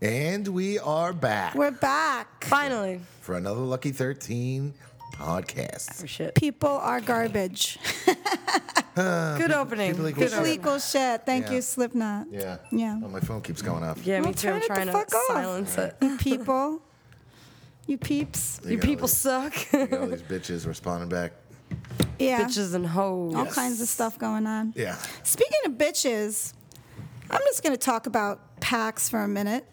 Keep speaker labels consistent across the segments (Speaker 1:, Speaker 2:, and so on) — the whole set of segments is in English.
Speaker 1: And we are back
Speaker 2: We're back.
Speaker 3: Finally.
Speaker 1: for another Lucky 13 podcast.
Speaker 2: Oh,
Speaker 3: For shit.
Speaker 2: People are garbage.
Speaker 3: Good opening.
Speaker 1: people equal shit.
Speaker 3: Good
Speaker 2: People
Speaker 3: opening.
Speaker 2: equal shit. Thank
Speaker 1: Yeah.
Speaker 2: you, Slipknot.
Speaker 1: Yeah.
Speaker 2: Yeah.
Speaker 1: Oh, my phone keeps going off.
Speaker 3: Yeah, me
Speaker 2: Well,
Speaker 3: too. I'm
Speaker 2: turn it the
Speaker 3: trying to
Speaker 2: fuck off.
Speaker 3: silence it.
Speaker 1: Um,
Speaker 2: You people. You peeps.
Speaker 1: They
Speaker 3: You
Speaker 1: got all
Speaker 3: people
Speaker 1: these-
Speaker 3: suck.
Speaker 1: they got all these bitches responding back.
Speaker 2: Yeah.
Speaker 3: Bitches and hoes.
Speaker 2: All kinds of stuff going on.
Speaker 1: Yeah.
Speaker 2: Speaking of bitches, I'm just going to talk about PAX for a minute.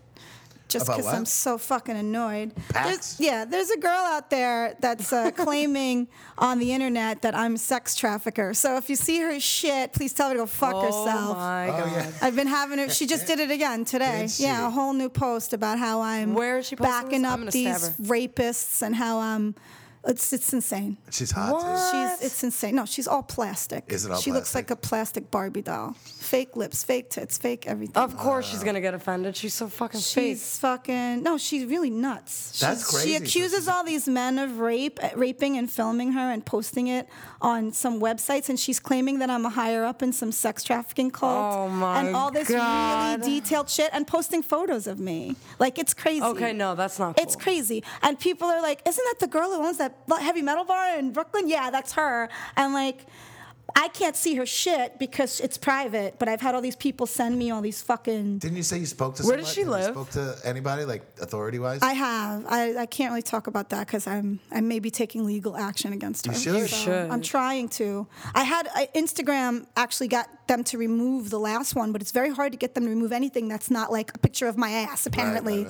Speaker 2: Just
Speaker 1: About
Speaker 2: because
Speaker 1: what?
Speaker 2: I'm so fucking annoyed.
Speaker 1: PAX?
Speaker 2: There's, yeah, there's a girl out there that's uh, claiming on the internet that I'm a sex trafficker. So if you see her shit, please tell her to go fuck
Speaker 3: Oh
Speaker 2: herself.
Speaker 3: my
Speaker 1: Oh,
Speaker 3: god.
Speaker 1: yeah.
Speaker 2: I've been having her. She just did it again today.
Speaker 1: Did she?
Speaker 2: Yeah, a whole new post about how I'm
Speaker 3: Where is she posting
Speaker 2: backing
Speaker 3: this? I'm
Speaker 2: up
Speaker 3: gonna stab
Speaker 2: these
Speaker 3: her.
Speaker 2: rapists and how I'm. It's it's insane.
Speaker 1: She's hot,
Speaker 3: What?
Speaker 1: too.
Speaker 2: She's it's insane. No, she's all plastic.
Speaker 1: Is it all
Speaker 2: She looks
Speaker 1: plastic?
Speaker 2: like a plastic Barbie doll. Fake lips, fake tits, fake everything.
Speaker 3: Of course she's gonna get offended. She's so fucking fake.
Speaker 2: She's fucking no. She's really nuts.
Speaker 1: That's
Speaker 2: She's-
Speaker 1: crazy.
Speaker 2: She accuses all these men of rape, eh, raping and filming her and posting it on some websites, and she's claiming that I'm a higher up in some sex trafficking cult.
Speaker 3: Oh, my
Speaker 2: And all this
Speaker 3: God.
Speaker 2: really detailed shit, and posting photos of me. Like it's crazy.
Speaker 3: Okay, no, that's not
Speaker 2: It's
Speaker 3: cool.
Speaker 2: crazy, and people are like, "Isn't that the girl who owns that heavy metal bar in Brooklyn?" Yeah, that's her. And like. I can't see her shit because it's private, but I've had all these people send me all these fucking
Speaker 1: Didn't you say you spoke to
Speaker 3: Where
Speaker 1: somebody?
Speaker 3: does she
Speaker 1: Have you
Speaker 3: live?
Speaker 1: spoke to anybody, like authority wise?
Speaker 2: I have. I, I can't really talk about that because I'm I may be taking legal action against her.
Speaker 1: should. You
Speaker 3: should.
Speaker 2: I'm trying to. I had I, Instagram actually got them to remove the last one, but it's very hard to get them to remove anything that's not like a picture of my ass. Apparently,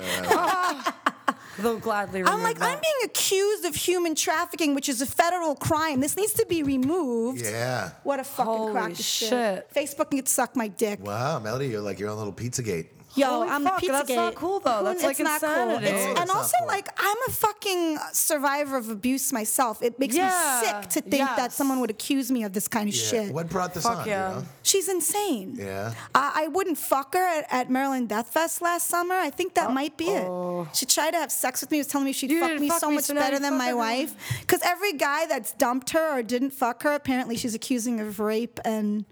Speaker 3: They'll gladly
Speaker 2: I'm
Speaker 3: remove
Speaker 2: like
Speaker 3: that.
Speaker 2: I'm being accused of human trafficking, which is a federal crime. This needs to be removed.
Speaker 1: Yeah.
Speaker 2: What a fucking
Speaker 3: Holy
Speaker 2: crack of shit.
Speaker 3: shit.
Speaker 2: Facebook can suck my dick.
Speaker 1: Wow, Melody, you're like your own little Pizzagate.
Speaker 2: Yo,
Speaker 3: Holy
Speaker 2: I'm
Speaker 3: fuck,
Speaker 2: the pizza
Speaker 3: that's not cool, though.
Speaker 2: Who-
Speaker 3: That's,
Speaker 2: it's
Speaker 3: like,
Speaker 2: not cool.
Speaker 3: insanity.
Speaker 2: It's-
Speaker 1: No,
Speaker 2: and
Speaker 1: it's not
Speaker 2: also,
Speaker 1: cool.
Speaker 2: like, I'm a fucking survivor of abuse myself. It makes
Speaker 3: Yeah,
Speaker 2: me sick to think that
Speaker 3: yes.
Speaker 2: someone would accuse me of this kind of
Speaker 1: Yeah.
Speaker 2: shit.
Speaker 1: What brought this
Speaker 3: Fuck
Speaker 1: on?
Speaker 3: yeah.
Speaker 1: You know?
Speaker 2: She's insane.
Speaker 1: Yeah.
Speaker 2: I, I wouldn't fuck her at, at Maryland Death Fest last summer. I think that might be it. She tried to have sex with me. Was telling me she'd
Speaker 3: Oh. You
Speaker 2: fuck
Speaker 3: didn't
Speaker 2: me
Speaker 3: fuck
Speaker 2: so
Speaker 3: me,
Speaker 2: much
Speaker 3: so now
Speaker 2: better
Speaker 3: you
Speaker 2: than my
Speaker 3: fucking-
Speaker 2: wife. Because every guy that's dumped her or didn't fuck her, apparently she's accusing of rape and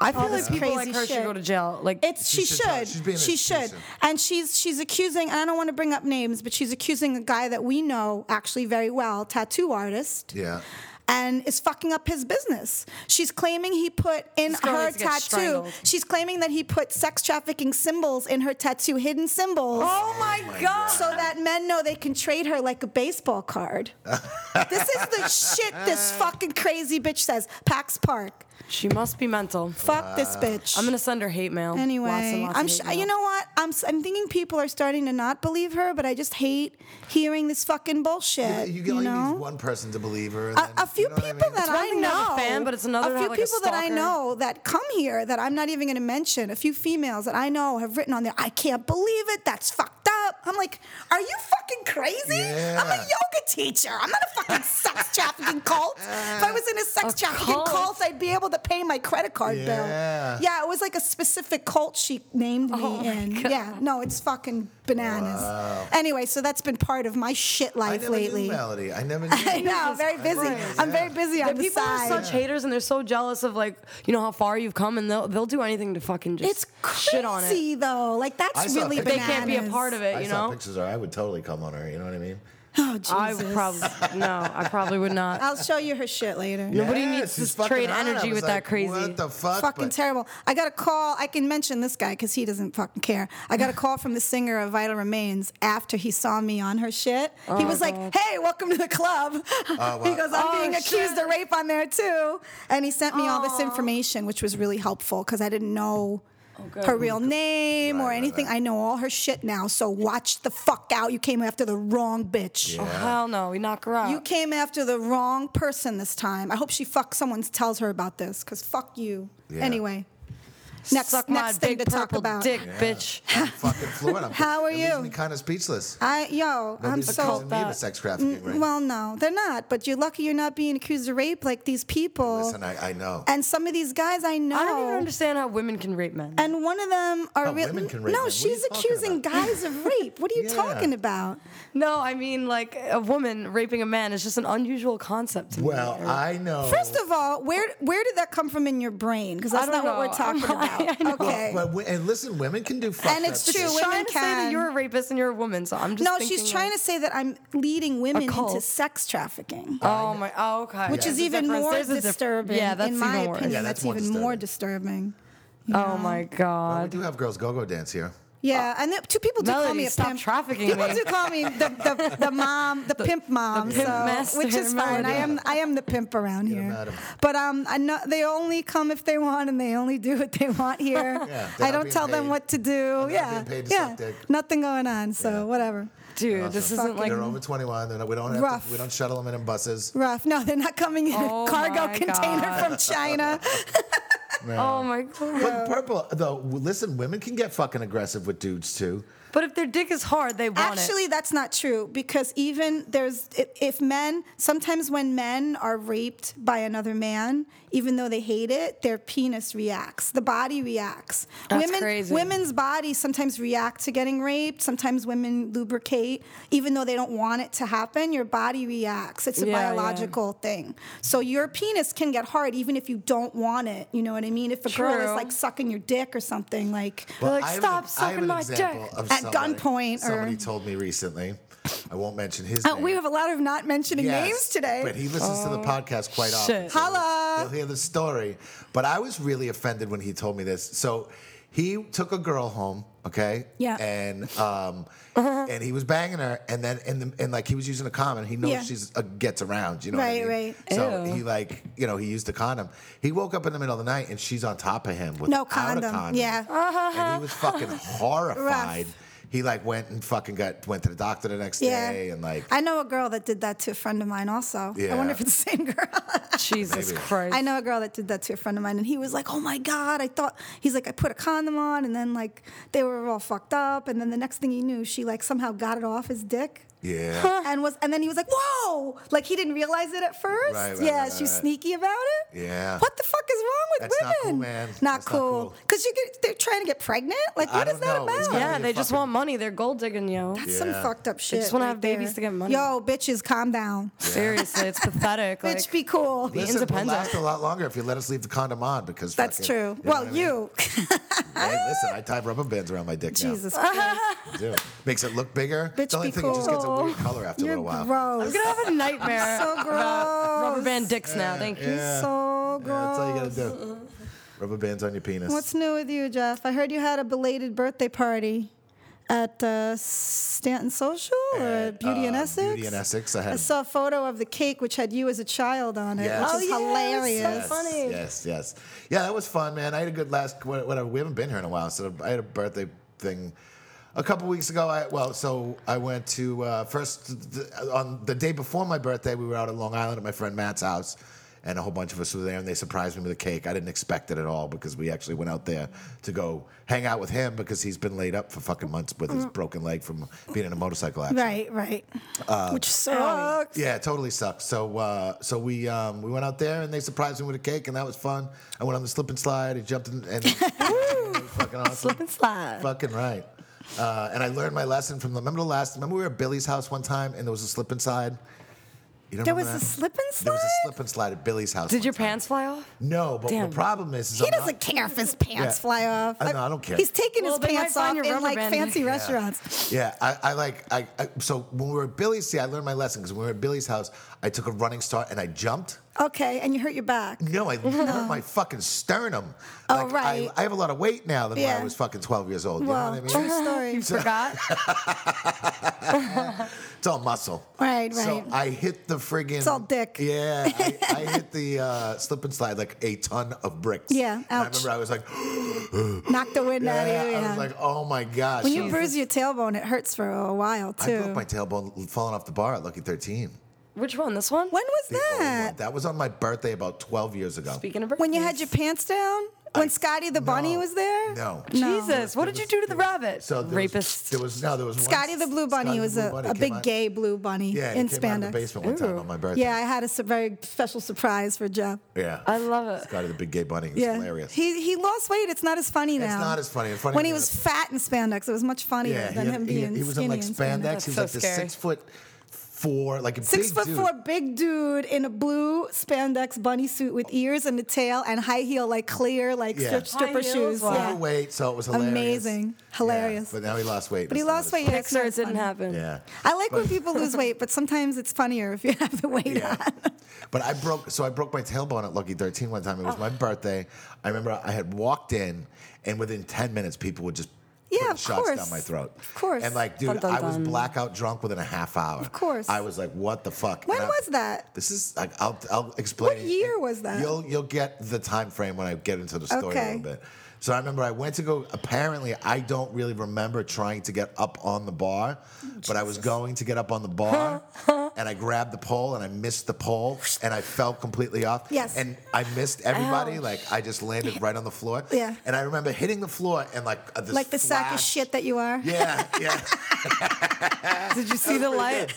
Speaker 3: I feel
Speaker 2: all
Speaker 3: like
Speaker 2: this
Speaker 3: people
Speaker 2: crazy
Speaker 3: like her should
Speaker 2: shit.
Speaker 3: go to jail. Like
Speaker 2: It's she,
Speaker 1: should
Speaker 2: should.
Speaker 1: tell- she's being
Speaker 2: she should.
Speaker 1: intrusive.
Speaker 2: And she's she's accusing. And I don't want to bring up names, but she's accusing a guy that we know actually very well, tattoo artist.
Speaker 1: Yeah.
Speaker 2: And is fucking up his business. She's claiming he put in
Speaker 3: This girl
Speaker 2: her
Speaker 3: needs to get
Speaker 2: tattoo.
Speaker 3: strangled.
Speaker 2: She's claiming that he put sex trafficking symbols in her tattoo, hidden symbols.
Speaker 3: Oh my, god.
Speaker 2: So that men know they can trade her like a baseball card. this is the shit this fucking crazy bitch says. Pax Park.
Speaker 3: She must be mental.
Speaker 2: Fuck this bitch.
Speaker 3: I'm gonna send her hate mail.
Speaker 2: Anyway,
Speaker 3: lots and lots
Speaker 2: I'm
Speaker 3: of
Speaker 2: sh-
Speaker 3: hate mail.
Speaker 2: you know what? I'm s- I'm thinking people are starting to not believe her, but I just hate hearing this fucking bullshit.
Speaker 1: You
Speaker 2: Uh, You,
Speaker 1: get all you
Speaker 2: know.
Speaker 1: need one person to believe her. and
Speaker 2: a,
Speaker 1: then-
Speaker 2: a few
Speaker 1: you know what I
Speaker 2: people
Speaker 1: mean?
Speaker 2: that
Speaker 3: one
Speaker 2: I
Speaker 3: thing to have a
Speaker 2: know,
Speaker 3: fan, but it's another to
Speaker 2: few
Speaker 3: have, like, a
Speaker 2: people that I
Speaker 3: stalker.
Speaker 2: know that come here that I'm not even going to mention. A few females that I know have written on there. I can't believe it. That's fucked up. I'm like, are you fucking crazy? I'm
Speaker 1: Yeah.
Speaker 2: a yoga teacher. I'm not a fucking sex trafficking cult. If I was in a sex
Speaker 3: A
Speaker 2: trafficking
Speaker 3: cult.
Speaker 2: cult. I'd be able to pay my credit card
Speaker 1: Yeah.
Speaker 2: bill. Yeah, it was like a specific cult she named me
Speaker 3: Oh my
Speaker 2: in. Yeah, no, it's fucking bananas. Anyway, so that's been part of my shit
Speaker 1: I
Speaker 2: life
Speaker 1: never
Speaker 2: lately.
Speaker 1: knew Melody. I never
Speaker 2: I
Speaker 1: knew.
Speaker 2: know, very busy.
Speaker 1: Right,
Speaker 2: I'm
Speaker 1: yeah.
Speaker 2: very busy on
Speaker 3: But
Speaker 2: the
Speaker 3: people
Speaker 2: side.
Speaker 3: are such haters and they're so jealous of like you know how far you've come and they'll they'll do anything to fucking just
Speaker 2: it's crazy
Speaker 3: shit on it.
Speaker 2: though. Like
Speaker 1: I
Speaker 2: that's
Speaker 1: saw
Speaker 2: really
Speaker 1: a picture.
Speaker 3: They
Speaker 2: bananas.
Speaker 3: can't be a part of it,
Speaker 1: I
Speaker 3: you
Speaker 1: saw
Speaker 3: know.
Speaker 1: pictures of her. I would totally come on her. You know what I mean?
Speaker 2: Oh Jesus!
Speaker 3: I would probably no, I probably would not.
Speaker 2: I'll show you her shit later.
Speaker 3: Nobody
Speaker 1: Yeah,
Speaker 3: needs
Speaker 1: she's
Speaker 3: to
Speaker 1: fucking
Speaker 3: trade
Speaker 1: hot. I
Speaker 3: energy
Speaker 1: was
Speaker 3: with
Speaker 1: like,
Speaker 3: that crazy.
Speaker 1: What the fuck?
Speaker 2: Fucking
Speaker 1: But-
Speaker 2: terrible. I got a call. I can mention this guy because he doesn't fucking care. I got a call from the singer of Vital Remains after he saw me on her shit. he was like, "Hey, welcome to the club."
Speaker 1: wow.
Speaker 2: he goes, "I'm
Speaker 3: Oh,
Speaker 2: being accused
Speaker 3: shit. Oh.
Speaker 2: of rape on there too," and he sent me all this information, which was really helpful because I didn't know.
Speaker 3: good.
Speaker 2: her real name
Speaker 1: Right,
Speaker 2: or
Speaker 1: right,
Speaker 2: anything.
Speaker 1: right.
Speaker 2: I know all her shit now, so watch the fuck out. You came after the wrong bitch.
Speaker 3: Oh, hell no, we knock
Speaker 1: Uh,
Speaker 3: her out.
Speaker 2: You came after the wrong person this time. I hope she fucks someone tells her about this, because fuck you.
Speaker 1: Yeah.
Speaker 2: Anyway, next,
Speaker 3: Suck my
Speaker 2: next thing
Speaker 3: big
Speaker 2: to talk
Speaker 3: purple
Speaker 2: about.
Speaker 3: dick, bitch.
Speaker 1: I'm fucking fluent. I'm,
Speaker 2: How are
Speaker 1: it leaves
Speaker 2: you?
Speaker 1: me kind of speechless.
Speaker 2: I yo, I'm
Speaker 1: Nobody's accusing
Speaker 2: so. Mm,
Speaker 1: me of a sex trafficking ring.
Speaker 2: Well, no, they're not. But you're lucky you're not being accused of rape like these people.
Speaker 1: Listen, I, I know.
Speaker 2: and some of these guys I know.
Speaker 3: I don't even understand how women can rape men.
Speaker 2: And one of them are
Speaker 1: Oh,
Speaker 2: real-
Speaker 1: women can rape men.
Speaker 2: no,
Speaker 1: What are
Speaker 2: she's
Speaker 1: you talking
Speaker 2: accusing
Speaker 1: about?
Speaker 2: guys of rape. What are you
Speaker 1: Yeah.
Speaker 2: talking about?
Speaker 3: No, I mean like a woman raping a man is just an unusual concept to me.
Speaker 1: well, I know.
Speaker 2: First of all, where where did that come from in your brain? Because
Speaker 3: I
Speaker 2: that's
Speaker 3: don't
Speaker 2: not what
Speaker 3: know.
Speaker 2: we're talking
Speaker 3: I
Speaker 1: out.
Speaker 2: Okay.
Speaker 1: But, we- and listen, women can do fucked
Speaker 2: And it's
Speaker 1: up
Speaker 2: true,
Speaker 1: shit.
Speaker 3: She's
Speaker 2: women
Speaker 3: trying to say that
Speaker 2: can.
Speaker 3: you're a rapist and you're a woman, so I'm just
Speaker 2: no, she's trying to say that I'm leading women into
Speaker 3: cult.
Speaker 2: sex trafficking.
Speaker 3: Oh my. Oh, okay.
Speaker 2: which
Speaker 3: There's
Speaker 2: is
Speaker 3: a
Speaker 2: even
Speaker 3: difference.
Speaker 2: more
Speaker 3: There's a diff-
Speaker 2: disturbing.
Speaker 3: yeah, that's
Speaker 2: in my
Speaker 3: even worse.
Speaker 2: opinion,
Speaker 1: Yeah,
Speaker 2: that's,
Speaker 1: that's more
Speaker 2: even more disturbing.
Speaker 3: Oh my
Speaker 1: We
Speaker 3: god.
Speaker 1: do have girls go-go dance here.
Speaker 2: Yeah, and the, two people do call
Speaker 3: Oh. Melody,
Speaker 2: me a
Speaker 3: stop
Speaker 2: pimp.
Speaker 3: trafficking
Speaker 2: people
Speaker 3: me.
Speaker 2: do call me the, the, the mom, the, pimp mom,
Speaker 3: pimp
Speaker 2: so-
Speaker 3: master,
Speaker 2: which is fine. I
Speaker 3: Melody.
Speaker 2: am I am the pimp around
Speaker 1: a
Speaker 2: here.
Speaker 1: madam.
Speaker 2: But um, I know they only come if they want, and they only do what they want here.
Speaker 1: they're
Speaker 2: I
Speaker 1: not
Speaker 2: don't
Speaker 1: being
Speaker 2: tell them
Speaker 1: paid.
Speaker 2: what to do.
Speaker 1: not
Speaker 2: yeah,
Speaker 1: being paid to
Speaker 2: yeah,
Speaker 1: suck dick.
Speaker 2: nothing going on. So
Speaker 1: Yeah.
Speaker 2: whatever.
Speaker 3: Dude, this isn't like
Speaker 1: They're over 21. They're not, we don't have
Speaker 2: mm. Rough.
Speaker 1: to, we don't shuttle them in in buses.
Speaker 2: Rough. No, they're not coming in
Speaker 3: Oh
Speaker 2: a cargo
Speaker 3: my
Speaker 2: container
Speaker 3: God.
Speaker 2: from China.
Speaker 3: Oh my god.
Speaker 1: But purple though, w- listen, women can get fucking aggressive with dudes too.
Speaker 3: But if their dick is hard, they want it.
Speaker 2: Actually, that's not true because even there's if, if men sometimes when men are raped by another man, even though they hate it, their penis reacts, the body reacts.
Speaker 3: That's
Speaker 2: women,
Speaker 3: crazy.
Speaker 2: women's bodies sometimes react to getting raped. Sometimes women lubricate, even though they don't want it to happen. Your body reacts. It's a
Speaker 3: Yeah, yeah.
Speaker 2: biological thing. So your penis can get hard even if you don't want it. You know what I mean? If a girl is
Speaker 3: True.
Speaker 2: like sucking your dick or something, like
Speaker 1: But
Speaker 3: like,
Speaker 1: I have
Speaker 3: "Stop
Speaker 1: an, I have
Speaker 3: sucking
Speaker 1: an
Speaker 3: my
Speaker 1: example
Speaker 3: dick."
Speaker 1: of
Speaker 2: At
Speaker 1: somebody-
Speaker 2: gunpoint or-
Speaker 1: Somebody told me recently. I won't mention his
Speaker 2: Uh,
Speaker 1: name.
Speaker 2: we have a lot of not mentioning
Speaker 1: Yes,
Speaker 2: names today.
Speaker 1: But he listens to the podcast quite often.
Speaker 3: shit.
Speaker 1: so
Speaker 2: Holla.
Speaker 1: He'll hear the story. But I was really offended when he told me this. So he took a girl home, okay?
Speaker 2: Yeah. Uh-huh.
Speaker 1: And um and he was banging her and then and the, and like he was using a condom. He knows
Speaker 2: Yeah.
Speaker 1: she's uh, gets around, you know
Speaker 2: Right,
Speaker 1: what I mean?
Speaker 2: right.
Speaker 1: So
Speaker 3: Ew.
Speaker 1: he like, you know, he used a condom. He woke up in the middle of the night and she's on top of him with
Speaker 2: No condom, yeah.
Speaker 1: And he was fucking horrified.
Speaker 2: Rough.
Speaker 1: He like went and fucking got went to the doctor the next
Speaker 2: Yeah.
Speaker 1: day and like
Speaker 2: I know a girl that did that to a friend of mine also. I
Speaker 1: Yeah.
Speaker 2: wonder if it's the same girl.
Speaker 3: Jesus
Speaker 1: Maybe.
Speaker 3: Christ.
Speaker 2: I know a girl that did that to a friend of mine and he was like, "Oh my god, I thought he's like I put a condom on and then like they were all fucked up and then the next thing he knew she like somehow got it off his dick."
Speaker 1: yeah.
Speaker 2: And was and then he was like, "Whoa!" Like he didn't realize it at first.
Speaker 1: Right, right,
Speaker 2: yeah,
Speaker 1: right, right,
Speaker 2: she's
Speaker 1: right.
Speaker 2: sneaky about it.
Speaker 1: Yeah.
Speaker 2: What the fuck is wrong with
Speaker 1: That's not
Speaker 2: women?
Speaker 1: cool, man.
Speaker 2: Not
Speaker 1: That's not
Speaker 2: cool.
Speaker 1: cool.
Speaker 2: Cuz you get they're trying to get pregnant? Like
Speaker 1: I
Speaker 2: what is
Speaker 1: don't
Speaker 2: that
Speaker 1: know. It's kinda
Speaker 2: about?
Speaker 3: yeah,
Speaker 1: you
Speaker 3: they just
Speaker 1: fucking-
Speaker 3: want money. They're gold digging, yo.
Speaker 2: That's some
Speaker 1: Yeah.
Speaker 2: fucked up shit.
Speaker 3: just wanna
Speaker 2: right
Speaker 3: have babies
Speaker 2: there.
Speaker 3: to get money.
Speaker 2: Yo, bitches, calm down.
Speaker 3: Seriously, it's pathetic. Like,
Speaker 2: Bitch, be cool.
Speaker 1: Listen,
Speaker 3: independent.
Speaker 1: We'll last a lot longer if you let us leave the condom on because
Speaker 2: That's
Speaker 1: fuck it.
Speaker 2: true.
Speaker 1: know
Speaker 2: well,
Speaker 1: what I mean?
Speaker 2: you, Ah!
Speaker 1: Hey, listen, I tie rubber bands around my dick
Speaker 2: Jesus Christ,
Speaker 1: now. I do. Makes it look bigger.
Speaker 2: Bitch,
Speaker 1: the only
Speaker 2: be
Speaker 1: thing it just gets a
Speaker 2: cool.
Speaker 1: weird color after a
Speaker 2: you're
Speaker 1: little while.
Speaker 3: I'm
Speaker 2: gross.
Speaker 3: gonna have a nightmare
Speaker 2: So
Speaker 3: about rubber
Speaker 2: gross.
Speaker 3: band dicks now. Thank you.
Speaker 1: Yeah.
Speaker 2: So
Speaker 1: Yeah, that's all you
Speaker 2: gross.
Speaker 1: gotta do. Rubber bands on your penis.
Speaker 2: What's new with you, Jeff? I heard you had a belated birthday party at uh, Stanton Social or at Beauty and
Speaker 1: Uh,
Speaker 2: Essex.
Speaker 1: Beauty and Essex. I
Speaker 2: I
Speaker 1: had.
Speaker 2: saw a photo of the cake which had you as a child on it,
Speaker 1: Yes.
Speaker 2: which is
Speaker 3: Oh, yeah, it was so
Speaker 2: hilarious.
Speaker 3: fun. funny.
Speaker 1: Yes, yes, yeah. That was fun, man. I had a good last wha- whatever. We haven't been here in a while, so I had a birthday thing a couple weeks ago. I well, so I went to uh, first th- on the day before my birthday. We were out at Long Island at my friend Matt's house, and a whole bunch of us were there, and they surprised me with a cake. I didn't expect it at all because we actually went out there to go hang out with him because he's been laid up for fucking months with
Speaker 3: Mm.
Speaker 1: his broken leg from being in a motorcycle accident.
Speaker 2: Right, right. which sucks.
Speaker 1: Uh, Yeah, it totally sucks. So uh, so we um, we went out there and they surprised me with a cake and that was fun. I went on the slip and slide. I jumped in and fucking awesome.
Speaker 3: Slip and slide.
Speaker 1: Fucking right. Uh, and I learned my lesson from the. Remember the last? Remember we were at Billy's house one time and there was a slip and slide. You don't
Speaker 2: There
Speaker 1: remember
Speaker 2: was a
Speaker 1: that?
Speaker 2: slip and slide.
Speaker 1: There was a slip and slide at Billy's house.
Speaker 3: Did
Speaker 1: one
Speaker 3: your
Speaker 1: time.
Speaker 3: pants fly off?
Speaker 1: No, but
Speaker 3: Damn.
Speaker 1: the problem is, is
Speaker 2: He
Speaker 1: I'm not-
Speaker 2: doesn't care if his pants
Speaker 1: Yeah.
Speaker 2: fly off.
Speaker 1: I know, I don't care.
Speaker 2: He's taking
Speaker 3: Well,
Speaker 2: his
Speaker 3: they might
Speaker 2: pants
Speaker 3: find
Speaker 2: off
Speaker 3: your
Speaker 2: in
Speaker 3: rubber
Speaker 2: like
Speaker 3: band.
Speaker 2: fancy
Speaker 3: Yeah.
Speaker 2: restaurants.
Speaker 1: Yeah, I, I like I, I. So when we were at Billy's, see, I learned my lesson because when we were at Billy's house, I took a running start and I jumped.
Speaker 2: Okay, and you hurt your back.
Speaker 1: No, I hurt my fucking sternum.
Speaker 2: Oh,
Speaker 1: Like,
Speaker 2: right.
Speaker 1: I, I have a lot of weight now than when
Speaker 2: Yeah.
Speaker 1: I was fucking 12 years old. You
Speaker 2: Well, uh-huh.
Speaker 1: know what I
Speaker 2: true
Speaker 1: mean?
Speaker 2: story.
Speaker 3: You forgot?
Speaker 1: It's all muscle.
Speaker 2: Right, right.
Speaker 1: So I hit the friggin' It's
Speaker 2: all dick.
Speaker 1: Yeah, I, I hit the uh, slip and slide like a ton of bricks.
Speaker 2: Yeah,
Speaker 1: And I
Speaker 2: ouch.
Speaker 1: remember I was like,
Speaker 2: Knock the wind out of you.
Speaker 1: uh, I
Speaker 2: Yeah.
Speaker 1: was like, oh my gosh.
Speaker 2: when you
Speaker 1: So
Speaker 2: bruise your tailbone, it hurts for a while
Speaker 1: I
Speaker 2: too.
Speaker 1: broke my tailbone falling off the bar at Lucky 13.
Speaker 3: Which one? This one?
Speaker 2: when was
Speaker 1: The old one.
Speaker 2: that?
Speaker 1: That was on my birthday about 12 years ago.
Speaker 3: Speaking of birthdays.
Speaker 2: When you had your pants down? When Scotty the bunny
Speaker 1: No.
Speaker 2: was there?
Speaker 1: No.
Speaker 3: Jesus, what did you do to the rabbit?
Speaker 1: So there Was,
Speaker 3: Rapist.
Speaker 1: there was no, there was one-
Speaker 2: Scotty the blue bunny
Speaker 1: Scotty the
Speaker 2: was
Speaker 1: Blue
Speaker 2: a,
Speaker 1: Bunny
Speaker 2: a
Speaker 1: came
Speaker 2: big
Speaker 1: out-
Speaker 2: gay blue bunny
Speaker 1: Yeah,
Speaker 2: in
Speaker 1: he came out of
Speaker 2: spandex.
Speaker 1: the basement one time
Speaker 3: Ooh.
Speaker 1: on my birthday.
Speaker 2: yeah, I had a su- very special surprise for Jeff.
Speaker 1: Yeah.
Speaker 3: I love it.
Speaker 1: Scotty the Big Gay Bunny. It's
Speaker 2: Yeah,
Speaker 1: hilarious.
Speaker 2: he he lost weight. It's not as funny now.
Speaker 1: not as funny. It's funny
Speaker 2: when he
Speaker 1: now.
Speaker 2: was fat in spandex. It was much funnier
Speaker 1: yeah,
Speaker 2: than
Speaker 1: he,
Speaker 2: him
Speaker 1: he-
Speaker 2: being
Speaker 1: he was
Speaker 2: skinny
Speaker 1: in like
Speaker 2: in
Speaker 1: spandex. He was
Speaker 3: so
Speaker 1: like this
Speaker 3: scary.
Speaker 1: six foot four, like a
Speaker 2: Six
Speaker 1: big
Speaker 2: foot
Speaker 1: dude.
Speaker 2: four big dude in a blue spandex bunny suit with ears and a tail and high heel, like clear, like
Speaker 1: Yeah.
Speaker 2: strip, stripper
Speaker 3: High heels,
Speaker 2: shoes.
Speaker 3: wow.
Speaker 2: Yeah.
Speaker 1: Overweight, so it was hilarious.
Speaker 2: Amazing.
Speaker 1: Yeah,
Speaker 2: Hilarious.
Speaker 1: but now he lost weight.
Speaker 2: But he
Speaker 1: It's not
Speaker 2: lost
Speaker 1: as
Speaker 2: weight.
Speaker 1: funny.
Speaker 2: yeah,
Speaker 3: Next year it
Speaker 2: it's not
Speaker 3: didn't
Speaker 2: funny.
Speaker 3: happen.
Speaker 1: Yeah.
Speaker 2: I like when
Speaker 1: But-
Speaker 2: people lose weight, but sometimes it's funnier if you have the weight
Speaker 1: Yeah.
Speaker 2: on.
Speaker 1: But I broke, so I broke my tailbone at Lucky 13 one time. It
Speaker 2: Oh.
Speaker 1: was my birthday. I remember I had walked in, and within 10 minutes, people would just
Speaker 2: Yeah,
Speaker 1: put
Speaker 2: of
Speaker 1: shots down
Speaker 2: course.
Speaker 1: my throat.
Speaker 2: Of course.
Speaker 1: And like, dude,
Speaker 3: Dun, dun,
Speaker 1: I was
Speaker 3: dun.
Speaker 1: blackout drunk within a half hour. Of
Speaker 2: course.
Speaker 1: I was like, what the fuck?
Speaker 2: When
Speaker 1: And I-
Speaker 2: was that?
Speaker 1: This is like I'll I'll explain.
Speaker 2: What
Speaker 1: it.
Speaker 2: year was that?
Speaker 1: You'll you'll get the time frame when I get into the story a
Speaker 2: Okay.
Speaker 1: little bit. So I remember I went to go. Apparently, I don't really remember trying to get up on the bar, but I was going to get up on the bar, and I grabbed the pole and I missed the pole and I fell completely off.
Speaker 2: Yes.
Speaker 1: And I missed everybody.
Speaker 3: Ouch.
Speaker 1: Like I just landed right on the floor.
Speaker 2: Yeah.
Speaker 1: And I remember hitting the floor and like uh, this
Speaker 2: Like the sack of
Speaker 1: flash-
Speaker 2: shit that you are.
Speaker 1: Yeah, yeah.
Speaker 3: Did you see the light?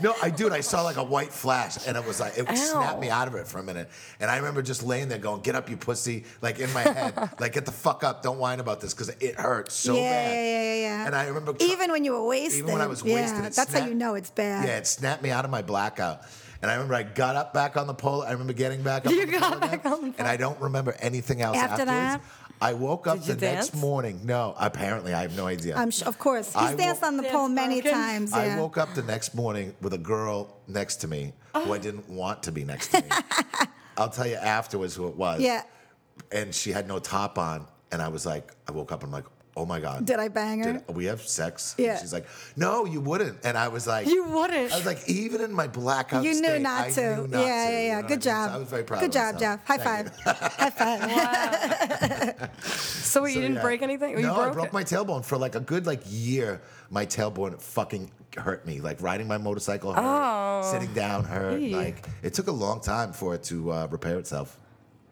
Speaker 1: No, I dude, I saw like a white flash, and it was like it snapped
Speaker 3: Ow.
Speaker 1: me out of it for a minute. And I remember just laying there going, "Get up, you pussy!" Like in my head, like get the fuck up, don't whine about this because it hurts so
Speaker 2: yeah,
Speaker 1: bad.
Speaker 2: yeah, yeah, yeah, yeah.
Speaker 1: And I remember tr-
Speaker 2: even when you were wasted.
Speaker 1: even when I was
Speaker 2: yeah,
Speaker 1: wasted, it
Speaker 2: that's how
Speaker 1: snapped-
Speaker 2: you know it's bad.
Speaker 1: Yeah, it snapped me out of my blackout. And I remember I got up back on the pole. I remember getting back up.
Speaker 3: You
Speaker 1: on the
Speaker 3: got
Speaker 1: pole again,
Speaker 3: back on the
Speaker 1: And I don't remember anything else
Speaker 2: After that?
Speaker 1: afterwards. I woke up
Speaker 3: Did you
Speaker 1: the next
Speaker 3: dance?
Speaker 1: morning. No, apparently I have no idea.
Speaker 2: I'm sure, of course. He's
Speaker 1: I wo-
Speaker 2: danced on the
Speaker 3: Dance
Speaker 2: pole many
Speaker 3: broken.
Speaker 2: times. Yeah.
Speaker 1: I woke up the next morning with a girl next to me who I didn't want to be next to me. I'll tell you afterwards who it was.
Speaker 2: Yeah.
Speaker 1: And she had no top on. And I was like, I woke up and I'm like, oh my God.
Speaker 2: Did I bang her?
Speaker 1: Did we have sex?
Speaker 2: Yeah.
Speaker 1: And she's like, no, you wouldn't. And I was like,
Speaker 3: You wouldn't.
Speaker 1: I was like, even in my blackout
Speaker 2: You knew
Speaker 1: state,
Speaker 2: not
Speaker 1: I
Speaker 2: to.
Speaker 1: knew not
Speaker 2: yeah,
Speaker 1: to,
Speaker 2: yeah,
Speaker 1: you
Speaker 2: yeah.
Speaker 1: know what I
Speaker 2: Good
Speaker 1: mean?
Speaker 2: job.
Speaker 1: So I was very proud
Speaker 2: Good
Speaker 1: of
Speaker 2: job,
Speaker 1: myself.
Speaker 2: Jeff. High
Speaker 1: Thank you.
Speaker 2: five. High five.
Speaker 3: So wait, you
Speaker 1: So,
Speaker 3: didn't
Speaker 1: yeah.
Speaker 3: break anything?
Speaker 1: No,
Speaker 3: Or you broke
Speaker 1: I broke
Speaker 3: it?
Speaker 1: my tailbone for like a good like year. My tailbone fucking hurt me. Like riding my motorcycle hurt,
Speaker 3: Oh.
Speaker 1: sitting down hurt.
Speaker 3: Eee.
Speaker 1: Like it took a long time for it to uh, repair itself.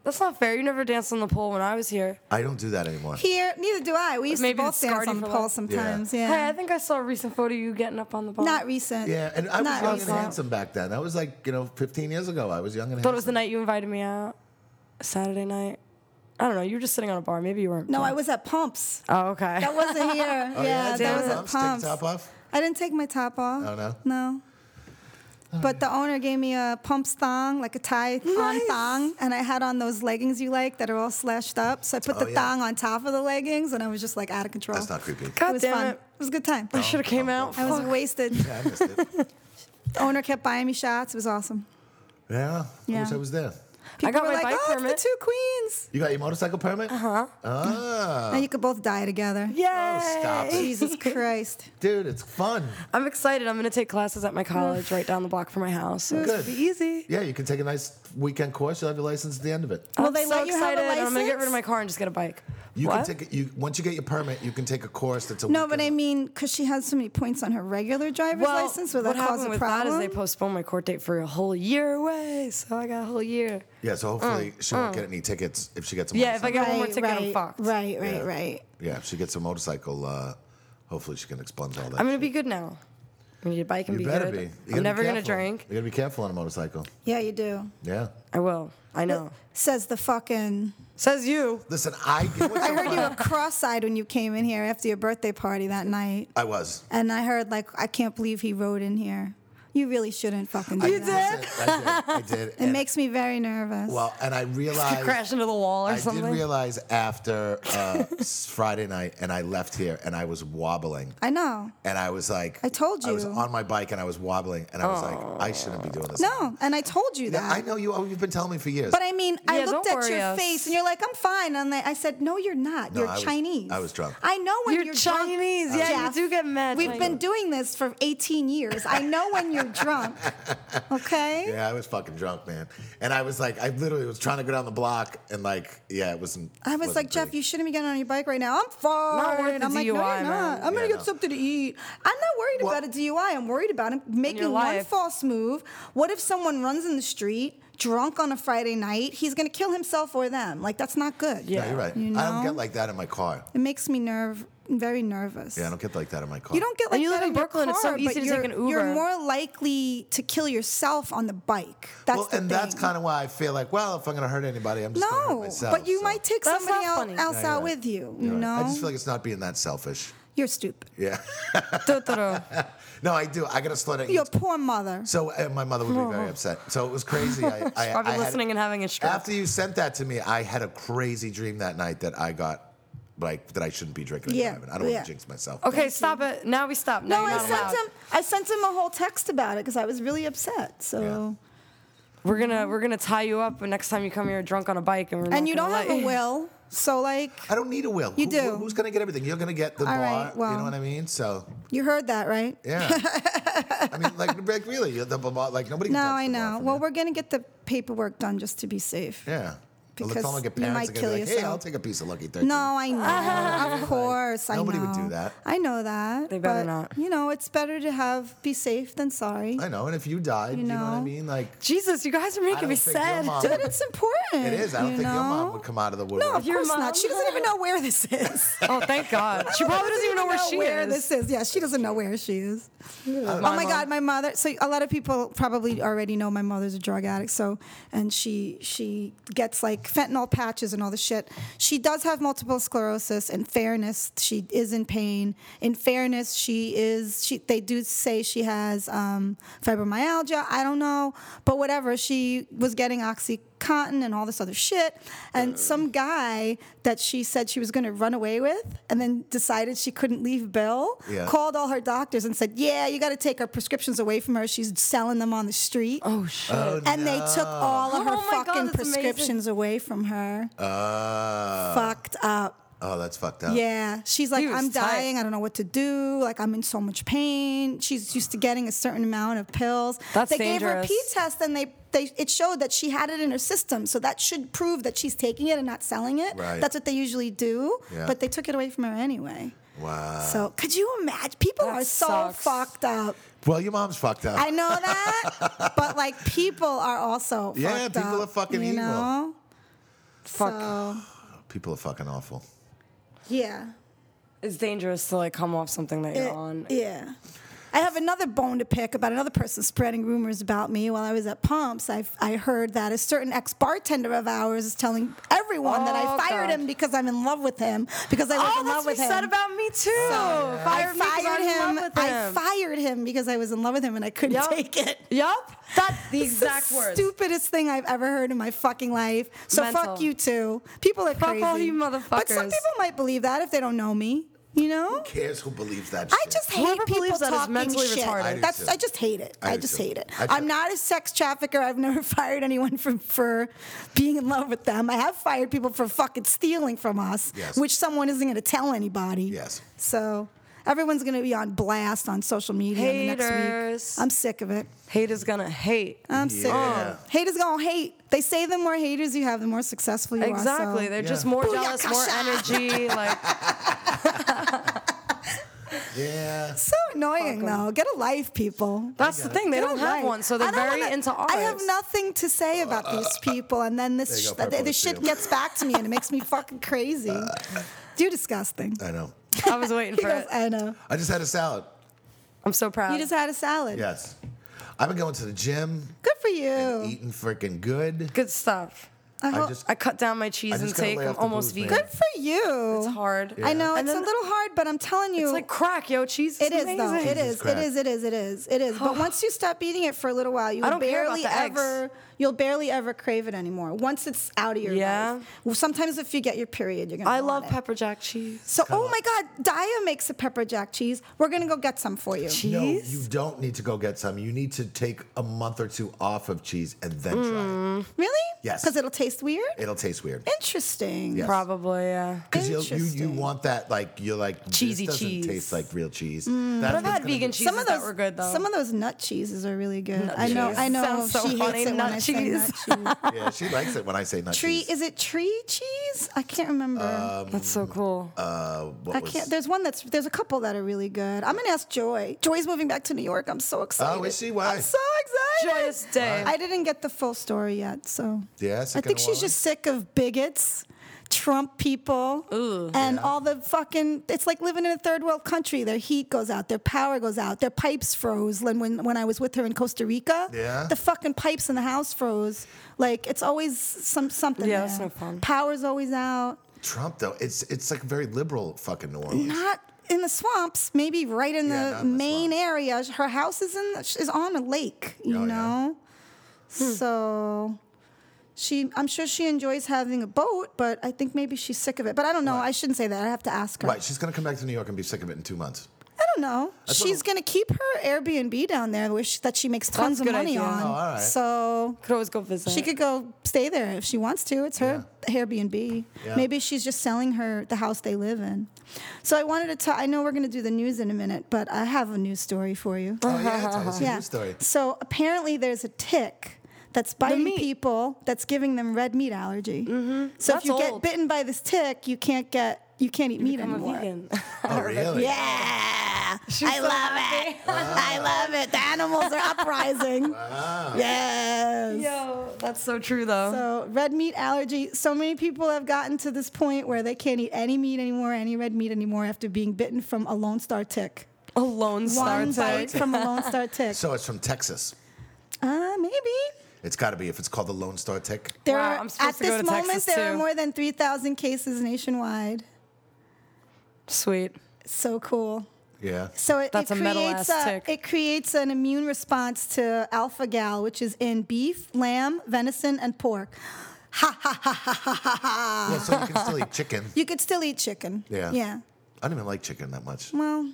Speaker 3: That's not fair. You never danced on the pole when I was here.
Speaker 1: I don't do that anymore.
Speaker 2: Here, neither do I. We used
Speaker 3: Maybe
Speaker 2: to both
Speaker 3: it's
Speaker 2: dance
Speaker 3: scarred you
Speaker 2: on the
Speaker 3: for
Speaker 2: pole
Speaker 3: life.
Speaker 2: sometimes.
Speaker 1: Yeah.
Speaker 2: Yeah.
Speaker 3: Hey, I think I saw a recent photo of you getting up on the pole.
Speaker 2: Not recent.
Speaker 1: yeah, and I was
Speaker 2: Not
Speaker 1: young
Speaker 2: recent.
Speaker 1: and handsome back then. That was like you know 15 years ago. I was young and
Speaker 3: Thought it was
Speaker 1: handsome.
Speaker 3: the night you invited me out. Saturday night. I don't know. You were just sitting on a bar. Maybe you weren't.
Speaker 2: No, I was at Pumps.
Speaker 3: Oh, okay.
Speaker 2: That wasn't here.
Speaker 1: Oh,
Speaker 2: yeah,
Speaker 1: yeah,
Speaker 2: that was at
Speaker 1: Pumps, take
Speaker 2: Pumps.
Speaker 1: top off.
Speaker 2: I didn't take my top off.
Speaker 1: Oh, no?
Speaker 2: No. But the owner gave me a pumps thong, like a tie on
Speaker 3: Nice.
Speaker 2: thong, and I had on those leggings you like that are all slashed up. So I put
Speaker 1: Oh,
Speaker 2: the
Speaker 1: yeah.
Speaker 2: thong on top of the leggings, and I was just like out of control.
Speaker 1: That's not Oh, creepy.
Speaker 3: God
Speaker 2: it was
Speaker 3: damn
Speaker 2: fun.
Speaker 3: it.
Speaker 2: was a good time.
Speaker 3: I should have came out.
Speaker 2: I was
Speaker 3: Fuck.
Speaker 2: wasted.
Speaker 1: Yeah, I missed it.
Speaker 2: The owner kept buying me shots. It was awesome.
Speaker 1: Yeah, I
Speaker 2: Yeah.
Speaker 1: wish I was there.
Speaker 2: People
Speaker 3: got
Speaker 2: were
Speaker 3: my
Speaker 2: like,
Speaker 3: bike
Speaker 2: oh,
Speaker 3: permit."
Speaker 2: it's the two queens.
Speaker 1: You got your motorcycle permit? Uh
Speaker 3: Uh-huh.
Speaker 1: huh. Ah,
Speaker 2: And you could both die together.
Speaker 3: Yay.
Speaker 1: Oh, stop it.
Speaker 2: Jesus Christ.
Speaker 1: dude, it's fun.
Speaker 3: I'm excited. I'm going to take classes at my college right down the block from my house. So
Speaker 1: Good.
Speaker 3: It's gonna be easy.
Speaker 1: Yeah, you can take a nice weekend course. You'll have your license at the end of it.
Speaker 2: Will
Speaker 3: I'm
Speaker 2: they
Speaker 3: so
Speaker 2: let you have
Speaker 3: excited.
Speaker 2: a license?
Speaker 3: I'm going to get rid of my car and just get a bike.
Speaker 1: You
Speaker 3: what?
Speaker 1: can take a, you once you get your permit, you can take a course that's a
Speaker 2: no,
Speaker 1: weekend-
Speaker 2: but I mean, because she has so many points on her regular driver's
Speaker 3: well,
Speaker 2: license, will that
Speaker 3: what
Speaker 2: cause
Speaker 3: happened
Speaker 2: a
Speaker 3: with that
Speaker 2: problem?
Speaker 3: is they postponed my court date for a whole year away. So I got a whole year.
Speaker 1: yeah. So hopefully she won't get any tickets if she gets a
Speaker 3: mm, Yeah, if I
Speaker 1: motorcycle.
Speaker 3: get one more ticket, I'm
Speaker 2: right,
Speaker 3: fucked.
Speaker 2: right, right,
Speaker 1: Yeah.
Speaker 2: right.
Speaker 1: yeah, if she gets a motorcycle, uh, hopefully she can expunge all that.
Speaker 3: I'm gonna be good now. I need a bike and
Speaker 1: you
Speaker 3: be
Speaker 1: better
Speaker 3: good.
Speaker 1: be. You gotta be
Speaker 3: I'm never gonna
Speaker 1: careful.
Speaker 3: drink.
Speaker 1: You gotta be careful on a motorcycle.
Speaker 2: Yeah, you do.
Speaker 1: Yeah.
Speaker 3: I will. I know.
Speaker 2: Says the fucking.
Speaker 3: Says you.
Speaker 1: Listen, I get
Speaker 2: I heard you were cross-eyed when you came in here after your birthday party that night,
Speaker 1: I was.
Speaker 2: and I heard like, I can't believe he rode in here. You really shouldn't fucking do that.
Speaker 1: Listen, I did. I did.
Speaker 2: It
Speaker 1: and,
Speaker 2: makes me very nervous.
Speaker 1: well, and I realized
Speaker 3: Crash into the wall or
Speaker 1: I
Speaker 3: something.
Speaker 1: did realize after uh, s- Friday night, and I left here, and I was wobbling.
Speaker 2: I know.
Speaker 1: And I was like,
Speaker 2: I told
Speaker 1: I was
Speaker 2: you.
Speaker 1: on my bike and I was wobbling, and I was like, I shouldn't be doing this.
Speaker 2: No, and I told you
Speaker 1: Yeah,
Speaker 2: that.
Speaker 1: I know you. Oh, you've been telling me for years.
Speaker 2: Mm-hmm. But I mean, I
Speaker 3: Yeah,
Speaker 2: looked
Speaker 3: don't
Speaker 2: at your
Speaker 3: worry us.
Speaker 2: face and you're like, I'm fine. And I I said, No, you're not.
Speaker 1: No,
Speaker 2: you're
Speaker 1: I was-
Speaker 2: Chinese.
Speaker 1: I was drunk.
Speaker 2: I know when
Speaker 3: You're
Speaker 2: you're,
Speaker 3: Chinese.
Speaker 2: Drunk,
Speaker 3: Yeah, you
Speaker 2: Jeff.
Speaker 3: do get mad
Speaker 2: We've
Speaker 3: Chinese.
Speaker 2: been doing this for 18 years. I know when you're drunk. Okay?
Speaker 1: yeah, I was fucking drunk, man. And I was like, I literally was trying to go down the block, and like, yeah, it wasn't.
Speaker 2: I was
Speaker 1: wasn't
Speaker 2: like, Jeff,
Speaker 1: pretty.
Speaker 2: you shouldn't be getting on your bike right now. I'm far.
Speaker 3: worried about
Speaker 2: I'm like, no, you're not.
Speaker 3: DUI, man.
Speaker 2: I'm
Speaker 1: Yeah,
Speaker 2: gonna get
Speaker 1: no.
Speaker 2: something to eat. I'm not worried
Speaker 1: Well-
Speaker 2: about a DUI. I'm worried about him making one
Speaker 3: life.
Speaker 2: false move. What if someone runs in the street drunk on a Friday night? He's gonna kill himself or them. Like that's not good.
Speaker 1: No,
Speaker 3: Yeah.
Speaker 1: you're right.
Speaker 2: You
Speaker 1: I don't
Speaker 2: know?
Speaker 1: get like that in my car.
Speaker 2: It makes me nerve very nervous.
Speaker 1: Yeah, I don't get like that in my car.
Speaker 2: You don't get like
Speaker 3: And you
Speaker 2: that
Speaker 3: live in
Speaker 2: on your
Speaker 3: Brooklyn, it's so
Speaker 2: car,
Speaker 3: easy
Speaker 2: but
Speaker 3: to take
Speaker 2: you're-
Speaker 3: an Uber.
Speaker 2: You're more likely to kill yourself on the bike. That's
Speaker 1: well,
Speaker 2: the
Speaker 1: and
Speaker 2: thing.
Speaker 1: that's kind of why I feel like, well, if I'm gonna hurt anybody, I'm just gonna hurt
Speaker 2: no,
Speaker 1: myself.
Speaker 2: but you
Speaker 1: so.
Speaker 2: might take
Speaker 3: That's
Speaker 2: somebody
Speaker 3: not
Speaker 2: el-
Speaker 3: funny.
Speaker 2: else
Speaker 1: Yeah, you're
Speaker 2: out
Speaker 1: right.
Speaker 2: with you.
Speaker 1: You're
Speaker 2: you
Speaker 1: right.
Speaker 2: know,
Speaker 1: I just feel like it's not being that selfish.
Speaker 2: You're stupid.
Speaker 1: Yeah.
Speaker 3: Totoro.
Speaker 1: no, I do. I gotta slow down.
Speaker 2: Your poor mother.
Speaker 1: So uh, my mother would be very upset. So it was crazy. I, I, I
Speaker 3: Probably
Speaker 1: had-
Speaker 3: listening and having a stroke.
Speaker 1: After you sent that to me, I had a crazy dream that night that I got like that I shouldn't be drinking and
Speaker 2: Yeah,
Speaker 1: driving. I don't want
Speaker 2: yeah.
Speaker 1: to jinx myself.
Speaker 3: okay, stop it. Now we stop. Now
Speaker 2: No,
Speaker 3: you're
Speaker 2: I
Speaker 3: not
Speaker 2: sent
Speaker 3: allowed.
Speaker 2: him. I sent him a whole text about it because I was really upset. So,
Speaker 3: We're gonna we're gonna tie you up next time you come here drunk on a bike and we're
Speaker 2: and
Speaker 3: not
Speaker 2: you
Speaker 3: gonna
Speaker 2: don't have
Speaker 3: let
Speaker 2: a
Speaker 3: you.
Speaker 2: will, so like
Speaker 1: I don't need a will.
Speaker 2: You
Speaker 1: Who-
Speaker 2: do.
Speaker 1: Who's gonna get everything? You're gonna get the
Speaker 2: All
Speaker 1: bar.
Speaker 2: right,
Speaker 1: you
Speaker 2: well.
Speaker 1: know what I mean? So
Speaker 2: you heard that, right?
Speaker 1: yeah. I mean, like, like really, you're the bar. Like nobody. can
Speaker 2: No,
Speaker 1: touch
Speaker 2: I
Speaker 1: the bar
Speaker 2: know.
Speaker 1: from
Speaker 2: Well,
Speaker 1: you.
Speaker 2: we're gonna get the paperwork done just to be safe.
Speaker 1: yeah.
Speaker 2: because
Speaker 1: Let's all get
Speaker 2: you
Speaker 1: parents
Speaker 2: might
Speaker 1: are gonna
Speaker 2: kill
Speaker 1: be like, hey,
Speaker 2: yourself.
Speaker 1: I'll take a piece of lucky turkey.
Speaker 2: No, I know. of course, I
Speaker 1: Nobody would do
Speaker 2: know.
Speaker 1: that.
Speaker 2: I know that.
Speaker 3: They better
Speaker 2: but,
Speaker 3: not.
Speaker 2: You know, it's better to have be safe than sorry.
Speaker 1: I know. And if you died, you know, what I
Speaker 2: know.
Speaker 1: mean? Like
Speaker 3: Jesus, you guys are
Speaker 1: I
Speaker 3: making
Speaker 1: don't
Speaker 3: me
Speaker 1: think your
Speaker 3: sad.
Speaker 1: mom-
Speaker 2: But it's important.
Speaker 1: it is. I don't
Speaker 2: you
Speaker 1: think your mom
Speaker 2: know?
Speaker 1: would come out of the woodwork.
Speaker 2: No, of
Speaker 3: Your
Speaker 2: course
Speaker 3: mom-
Speaker 2: not. She doesn't even know where this is.
Speaker 3: oh, thank God. She probably doesn't even know where she
Speaker 2: where
Speaker 3: is.
Speaker 2: this is. Yeah, she doesn't know where she is. oh my
Speaker 3: mom-
Speaker 2: God, my mother. So a lot of people probably already know my mother's a drug addict. So and she she gets like fentanyl patches and all the shit. She does have multiple sclerosis. In fairness, she is in pain. In fairness, she is. She they do say she has um, fibromyalgia. I don't know, but whatever. She was getting oxycontin and all this other shit. And some guy that she said she was going to run away with, and then decided she couldn't leave Bill.
Speaker 1: Yeah.
Speaker 2: Called called all her doctors and said, "Yeah, you got to take her prescriptions away from her. She's selling them on the street."
Speaker 3: oh shit.
Speaker 1: Oh,
Speaker 2: and they took all of her
Speaker 3: Oh my God,
Speaker 2: fucking
Speaker 3: that's amazing.
Speaker 2: prescriptions away from her.
Speaker 1: Uh,
Speaker 2: Fucked up.
Speaker 1: Oh, that's fucked up.
Speaker 2: Yeah, she's like,
Speaker 3: He was
Speaker 2: "I'm
Speaker 3: tight.
Speaker 2: dying. I don't know what to do. Like, I'm in so much pain." She's used to getting a certain amount of pills.
Speaker 3: That's
Speaker 2: they gave her a
Speaker 3: dangerous.
Speaker 2: pee test, and they. They, it showed that she had it in her system, so that should prove that she's taking it and not selling it.
Speaker 1: Right.
Speaker 2: That's what they usually do,
Speaker 1: Yeah. Uh.
Speaker 2: but they took it away from her anyway.
Speaker 1: Wow.
Speaker 2: So could you imagine? People
Speaker 3: That
Speaker 2: are so
Speaker 3: sucks.
Speaker 2: fucked up.
Speaker 1: well, your mom's fucked up.
Speaker 2: I know that, but like people are also
Speaker 1: Yeah,
Speaker 2: fucked
Speaker 1: people
Speaker 2: up,
Speaker 1: are fucking
Speaker 2: you
Speaker 1: evil.
Speaker 2: know?
Speaker 3: Fuck.
Speaker 2: So
Speaker 1: People are fucking awful.
Speaker 2: yeah,
Speaker 3: It's dangerous to like come off something that you're
Speaker 2: It-
Speaker 3: on.
Speaker 2: yeah. I have another bone to pick about another person spreading rumors about me while I was at Pumps. I I heard that a certain ex bartender of ours is telling everyone that I
Speaker 3: Oh,
Speaker 2: fired
Speaker 3: God.
Speaker 2: him because I'm in love with him because I was
Speaker 3: oh,
Speaker 2: in
Speaker 3: that's
Speaker 2: love
Speaker 3: what
Speaker 2: with
Speaker 3: you
Speaker 2: him.
Speaker 3: said about me too.
Speaker 2: I
Speaker 3: Fired me 'cause
Speaker 2: fired
Speaker 3: I'm in love
Speaker 2: him.
Speaker 3: with
Speaker 2: I
Speaker 3: him.
Speaker 2: fired him because I was in love with him and I couldn't
Speaker 3: Yup.
Speaker 2: take it.
Speaker 3: Yup. That's the
Speaker 2: It's the
Speaker 3: exact word.
Speaker 2: Stupidest thing I've ever heard in my fucking life. So fuck
Speaker 3: Mental.
Speaker 2: you too. People are
Speaker 3: Fuck
Speaker 2: crazy.
Speaker 3: all you
Speaker 2: But some
Speaker 3: motherfuckers.
Speaker 2: people might believe that if they don't know me. You know.
Speaker 1: Who cares who believes that
Speaker 2: I
Speaker 1: shit?
Speaker 2: just hate
Speaker 3: Whoever
Speaker 2: people
Speaker 3: believes that is
Speaker 2: talking
Speaker 3: mentally
Speaker 2: shit.
Speaker 3: retarded. I
Speaker 1: do
Speaker 2: That's
Speaker 1: too.
Speaker 2: I just hate it.
Speaker 1: I
Speaker 2: I,
Speaker 1: do
Speaker 2: just
Speaker 1: too.
Speaker 2: hate it.
Speaker 1: I do.
Speaker 2: I'm not a sex trafficker. I've never fired anyone for for being in love with them. I have fired people for fucking stealing from us,
Speaker 1: Yes.
Speaker 2: which someone isn't going to tell anybody.
Speaker 1: Yes.
Speaker 2: So everyone's going to be on blast on social media in the next
Speaker 3: Haters.
Speaker 2: week. I'm sick of it.
Speaker 3: Hate is gonna hate.
Speaker 2: I'm sick.
Speaker 1: Yeah.
Speaker 2: of it. Haters gonna hate. They say the more haters you have, the more successful you are.
Speaker 3: Exactly.
Speaker 2: so-
Speaker 3: They're just
Speaker 1: Yeah.
Speaker 3: more jealous, more
Speaker 2: Booyakasha.
Speaker 3: energy. Like
Speaker 1: yeah.
Speaker 2: So annoying though. Get a life, people.
Speaker 3: that's the thing. They
Speaker 2: Get a
Speaker 3: don't have
Speaker 2: life.
Speaker 3: one, so they're
Speaker 2: I don't
Speaker 3: very
Speaker 2: wanna-
Speaker 3: into ours.
Speaker 2: I have nothing to say about these people, and then
Speaker 1: There
Speaker 2: this
Speaker 1: you
Speaker 2: sh-
Speaker 1: go, purple
Speaker 2: th- this
Speaker 1: is for
Speaker 2: shit
Speaker 1: you.
Speaker 2: gets back to me, and it makes me fucking crazy. You're disgusting.
Speaker 1: I know.
Speaker 3: I was waiting
Speaker 2: He
Speaker 3: for Uh,
Speaker 2: goes,
Speaker 3: it.
Speaker 2: I know.
Speaker 1: I just had a salad.
Speaker 3: I'm so proud.
Speaker 2: You just had a salad.
Speaker 1: Yes. I've been going to the gym,
Speaker 2: Good for you.
Speaker 1: eating freaking good.
Speaker 3: Good stuff.
Speaker 2: I hope-
Speaker 1: just-
Speaker 3: I cut down my cheese and
Speaker 1: just gotta
Speaker 3: steak.
Speaker 1: lay
Speaker 3: I'm
Speaker 1: off the
Speaker 3: almost
Speaker 1: booze,
Speaker 3: vegan.
Speaker 1: man.
Speaker 2: Good for you.
Speaker 3: It's hard.
Speaker 2: I know
Speaker 3: And
Speaker 2: it's a
Speaker 3: then-
Speaker 2: little hard, but I'm telling you,
Speaker 3: It's like crack, yo. Cheese. is
Speaker 2: It is though.
Speaker 3: amazing.
Speaker 2: It
Speaker 1: Jesus
Speaker 2: is. It
Speaker 1: Christ.
Speaker 2: is. It is. It is. It is. But once you stop eating it for a little while, you
Speaker 3: I
Speaker 2: will
Speaker 3: don't care about
Speaker 2: barely
Speaker 3: the eggs.
Speaker 2: ever you'll barely ever crave it anymore. Once it's out of your
Speaker 3: Yeah.
Speaker 2: life. Well, sometimes if you get your period, you're gonna.
Speaker 3: I
Speaker 2: want
Speaker 3: love
Speaker 2: it.
Speaker 3: pepper jack cheese.
Speaker 2: So, oh my God, Daya makes a pepper jack cheese. We're gonna go get some for you.
Speaker 1: No,
Speaker 3: Cheese.
Speaker 1: you don't need to go get some. You need to take a month or two off of cheese and then
Speaker 2: Mm.
Speaker 1: try
Speaker 2: Really?
Speaker 1: Yes.
Speaker 2: Because it'll taste weird.
Speaker 1: it. It'll taste weird.
Speaker 2: Interesting.
Speaker 1: Yes.
Speaker 3: Probably, yeah.
Speaker 1: Because you, you
Speaker 2: Interesting.
Speaker 1: want that like you're like this
Speaker 3: Cheesy
Speaker 1: doesn't
Speaker 3: cheese.
Speaker 1: taste like real cheese.
Speaker 3: But
Speaker 2: Mm.
Speaker 1: That's
Speaker 3: I've
Speaker 1: what's
Speaker 3: had
Speaker 1: gonna
Speaker 3: vegan
Speaker 1: be-
Speaker 3: cheese.
Speaker 2: Some of those
Speaker 3: were good though.
Speaker 2: Some of those nut cheeses are really good. I know.
Speaker 1: cheese.
Speaker 2: I know.
Speaker 3: Sounds so
Speaker 2: she
Speaker 3: funny,
Speaker 2: hates it
Speaker 3: nut
Speaker 2: when I say
Speaker 3: cheese.
Speaker 2: nut cheese.
Speaker 1: Yeah, she likes it when I say nut
Speaker 2: tree?
Speaker 1: cheese.
Speaker 2: Is it tree cheese? I can't remember.
Speaker 3: That's so cool.
Speaker 1: Um, uh, what
Speaker 2: I
Speaker 1: was-
Speaker 2: can't. There's one that's. There's a couple that are really good. I'm gonna ask Joy. Joy's moving back to New York. I'm so excited.
Speaker 1: is she? Oh, Why?
Speaker 2: I'm so excited.
Speaker 3: Joyous
Speaker 1: uh,
Speaker 3: day.
Speaker 2: I didn't get the full story yet, so.
Speaker 1: Yeah,
Speaker 2: I
Speaker 1: sick
Speaker 2: think
Speaker 1: in
Speaker 2: she's
Speaker 1: Hawaii?
Speaker 2: just sick of bigots, Trump people, and all the fucking. It's like living in a third world country. Their heat goes out. Their power goes out. Their pipes froze. When when, when I was with her in Costa Rica,
Speaker 1: Yeah.
Speaker 2: the fucking pipes in the house froze. Like it's always some something.
Speaker 3: Yeah,
Speaker 2: there.
Speaker 3: that's no fun.
Speaker 2: Power's always out.
Speaker 1: Trump though. It's it's like very liberal fucking New Orleans.
Speaker 2: Not in the swamps, maybe right in
Speaker 1: Yeah,
Speaker 2: the
Speaker 1: not in the
Speaker 2: main
Speaker 1: swamps.
Speaker 2: area. Her house is in is on a lake, you
Speaker 1: Oh, yeah.
Speaker 2: know. So she I'm sure she enjoys having a boat, but I think maybe she's sick of it. But I don't know. I shouldn't say that. I have to ask her.
Speaker 1: Right, she's gonna come back to New York and be sick of it in two months.
Speaker 2: I don't know.
Speaker 1: what
Speaker 2: she's
Speaker 1: I'm-
Speaker 2: going to keep her Airbnb down there where she, that she makes tons
Speaker 3: That's a
Speaker 2: of
Speaker 3: good
Speaker 2: money
Speaker 3: idea.
Speaker 2: on.
Speaker 1: Oh, all right.
Speaker 2: So
Speaker 3: Could always go visit.
Speaker 2: she could go stay there if she wants to. It's her Airbnb.
Speaker 1: Yeah.
Speaker 2: Maybe she's just selling her the house they live in. So I wanted to tell. I know we're going to do the news in a minute, but I have a news story for you.
Speaker 1: Oh yeah, tell
Speaker 2: uh-huh,
Speaker 1: us a news story.
Speaker 2: So apparently, there's a tick. That's biting
Speaker 3: meat.
Speaker 2: people. That's giving them red meat allergy. Mm-hmm. So
Speaker 3: That's
Speaker 2: if you get
Speaker 3: old.
Speaker 2: bitten by this tick, you can't get you can't eat meat
Speaker 3: I'm a
Speaker 2: anymore.
Speaker 3: vegan.
Speaker 1: Oh really?
Speaker 2: Yeah. I
Speaker 3: so
Speaker 2: love it. I love it. The animals are uprising.
Speaker 1: Wow.
Speaker 2: Yes.
Speaker 3: Yo, that's so true though.
Speaker 2: So, red meat allergy. So many people have gotten to this point where they can't eat any meat anymore, any red meat anymore after being bitten from a Lone Star tick.
Speaker 3: a Lone Star
Speaker 2: One bite
Speaker 3: type.
Speaker 2: from a Lone Star tick.
Speaker 1: So it's from Texas.
Speaker 2: uh, maybe.
Speaker 1: It's got to be if it's called the Lone Star tick.
Speaker 2: There
Speaker 3: Wow,
Speaker 2: are,
Speaker 3: I'm supposed
Speaker 2: at
Speaker 3: to go
Speaker 2: this
Speaker 3: to
Speaker 2: moment,
Speaker 3: Texas,
Speaker 2: there are
Speaker 3: too.
Speaker 2: more than 3,000 cases nationwide.
Speaker 3: Sweet.
Speaker 2: So cool.
Speaker 1: Yeah.
Speaker 2: So it,
Speaker 3: That's
Speaker 2: it
Speaker 3: a metal
Speaker 2: creates
Speaker 3: ass
Speaker 2: a,
Speaker 3: tick.
Speaker 2: it creates an immune response to alpha gal, which is in beef, lamb, venison, and pork.
Speaker 1: Well, so you can still eat chicken.
Speaker 2: You could still eat chicken.
Speaker 1: Yeah.
Speaker 2: Yeah.
Speaker 1: I don't even like chicken that much.
Speaker 2: Well.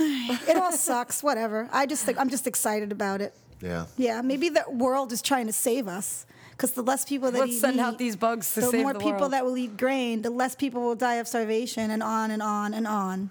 Speaker 2: it all sucks. Whatever. I just think I'm just excited about it.
Speaker 1: Yeah.
Speaker 2: Yeah. Maybe the world is trying to save us because the less people that
Speaker 3: Let's
Speaker 2: eat
Speaker 3: send
Speaker 2: meat,
Speaker 3: out these bugs to
Speaker 2: the
Speaker 3: save
Speaker 2: more
Speaker 3: the
Speaker 2: people
Speaker 3: world.
Speaker 2: that will eat grain, the less people will die of starvation, and on and on and on.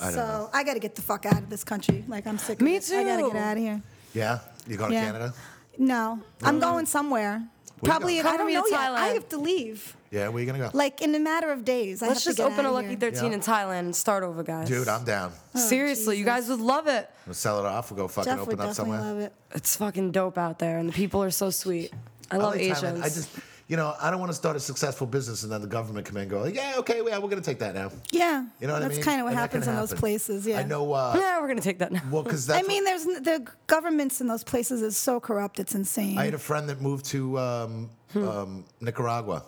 Speaker 1: I don't
Speaker 2: so
Speaker 1: know.
Speaker 2: I got to get the fuck out of this country. Like I'm sick.
Speaker 3: Me
Speaker 2: of it. I got to
Speaker 3: too.
Speaker 2: get out of here.
Speaker 1: Yeah. You going to
Speaker 2: Yeah.
Speaker 1: Canada?
Speaker 2: No, I'm going somewhere.
Speaker 1: Where you
Speaker 2: Probably,
Speaker 1: going?
Speaker 2: I
Speaker 3: Come
Speaker 2: don't
Speaker 3: with me
Speaker 2: know
Speaker 3: to
Speaker 2: yet. I
Speaker 3: Thailand.
Speaker 2: have to leave.
Speaker 1: Yeah. Where you gonna go?
Speaker 2: Like in a matter of days. I have
Speaker 3: Let's
Speaker 2: to
Speaker 3: just
Speaker 2: get
Speaker 3: open
Speaker 2: outta
Speaker 3: a Lucky
Speaker 2: here. Oh,
Speaker 3: 13
Speaker 1: Yeah.
Speaker 3: in Thailand and start over, guys.
Speaker 1: Dude, I'm down.
Speaker 3: Seriously, you guys would love it.
Speaker 1: We'll sell it off. We'll go fucking
Speaker 2: Jeff would
Speaker 1: open up
Speaker 2: definitely
Speaker 1: somewhere.
Speaker 2: love it.
Speaker 3: It's fucking dope out there, and the people are so sweet. I love
Speaker 1: like Thailand.
Speaker 3: Asians.
Speaker 1: I just, you know, I don't want to start a successful business and then the government come in and go, yeah, okay, yeah, we're gonna take that now.
Speaker 2: Yeah,
Speaker 1: You know what I
Speaker 2: that's
Speaker 1: mean?
Speaker 2: kind of what
Speaker 1: And that can
Speaker 2: happens in those
Speaker 1: happen.
Speaker 2: places. Yeah,
Speaker 1: I know. Uh,
Speaker 3: yeah, we're gonna take that now.
Speaker 1: well, because
Speaker 2: I
Speaker 1: that's.
Speaker 2: mean, there's n- the governments in those places is so corrupt. It's insane.
Speaker 1: I had a friend that moved to um,
Speaker 2: Hmm.
Speaker 1: um, Nicaragua,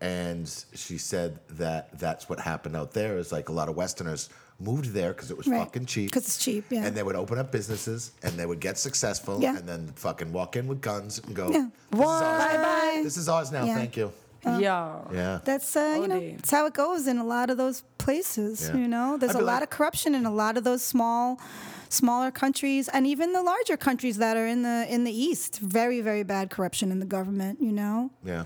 Speaker 1: and she said that that's what happened out there. Is like a lot of Westerners moved there because it was
Speaker 2: Right.
Speaker 1: fucking cheap.
Speaker 2: 'Cause it's cheap, yeah.
Speaker 1: And they would open up businesses, and they would get successful,
Speaker 2: Yeah.
Speaker 1: and then fucking walk in with guns and go,
Speaker 2: Yeah.
Speaker 1: "This is ours
Speaker 2: Bye
Speaker 1: now.
Speaker 2: bye.
Speaker 1: This is ours now.
Speaker 2: Yeah.
Speaker 1: Thank you."
Speaker 3: Yo.
Speaker 1: Yeah.
Speaker 2: That's uh, you know,
Speaker 3: Odie.
Speaker 2: it's how it goes in a lot of those places.
Speaker 1: Yeah.
Speaker 2: You know, there's
Speaker 1: I'd
Speaker 2: a
Speaker 1: be
Speaker 2: lot
Speaker 1: like-
Speaker 2: of corruption in a lot of those small, smaller countries, and even the larger countries that are in the in the east. Very, very bad corruption in the government. You know,
Speaker 1: yeah.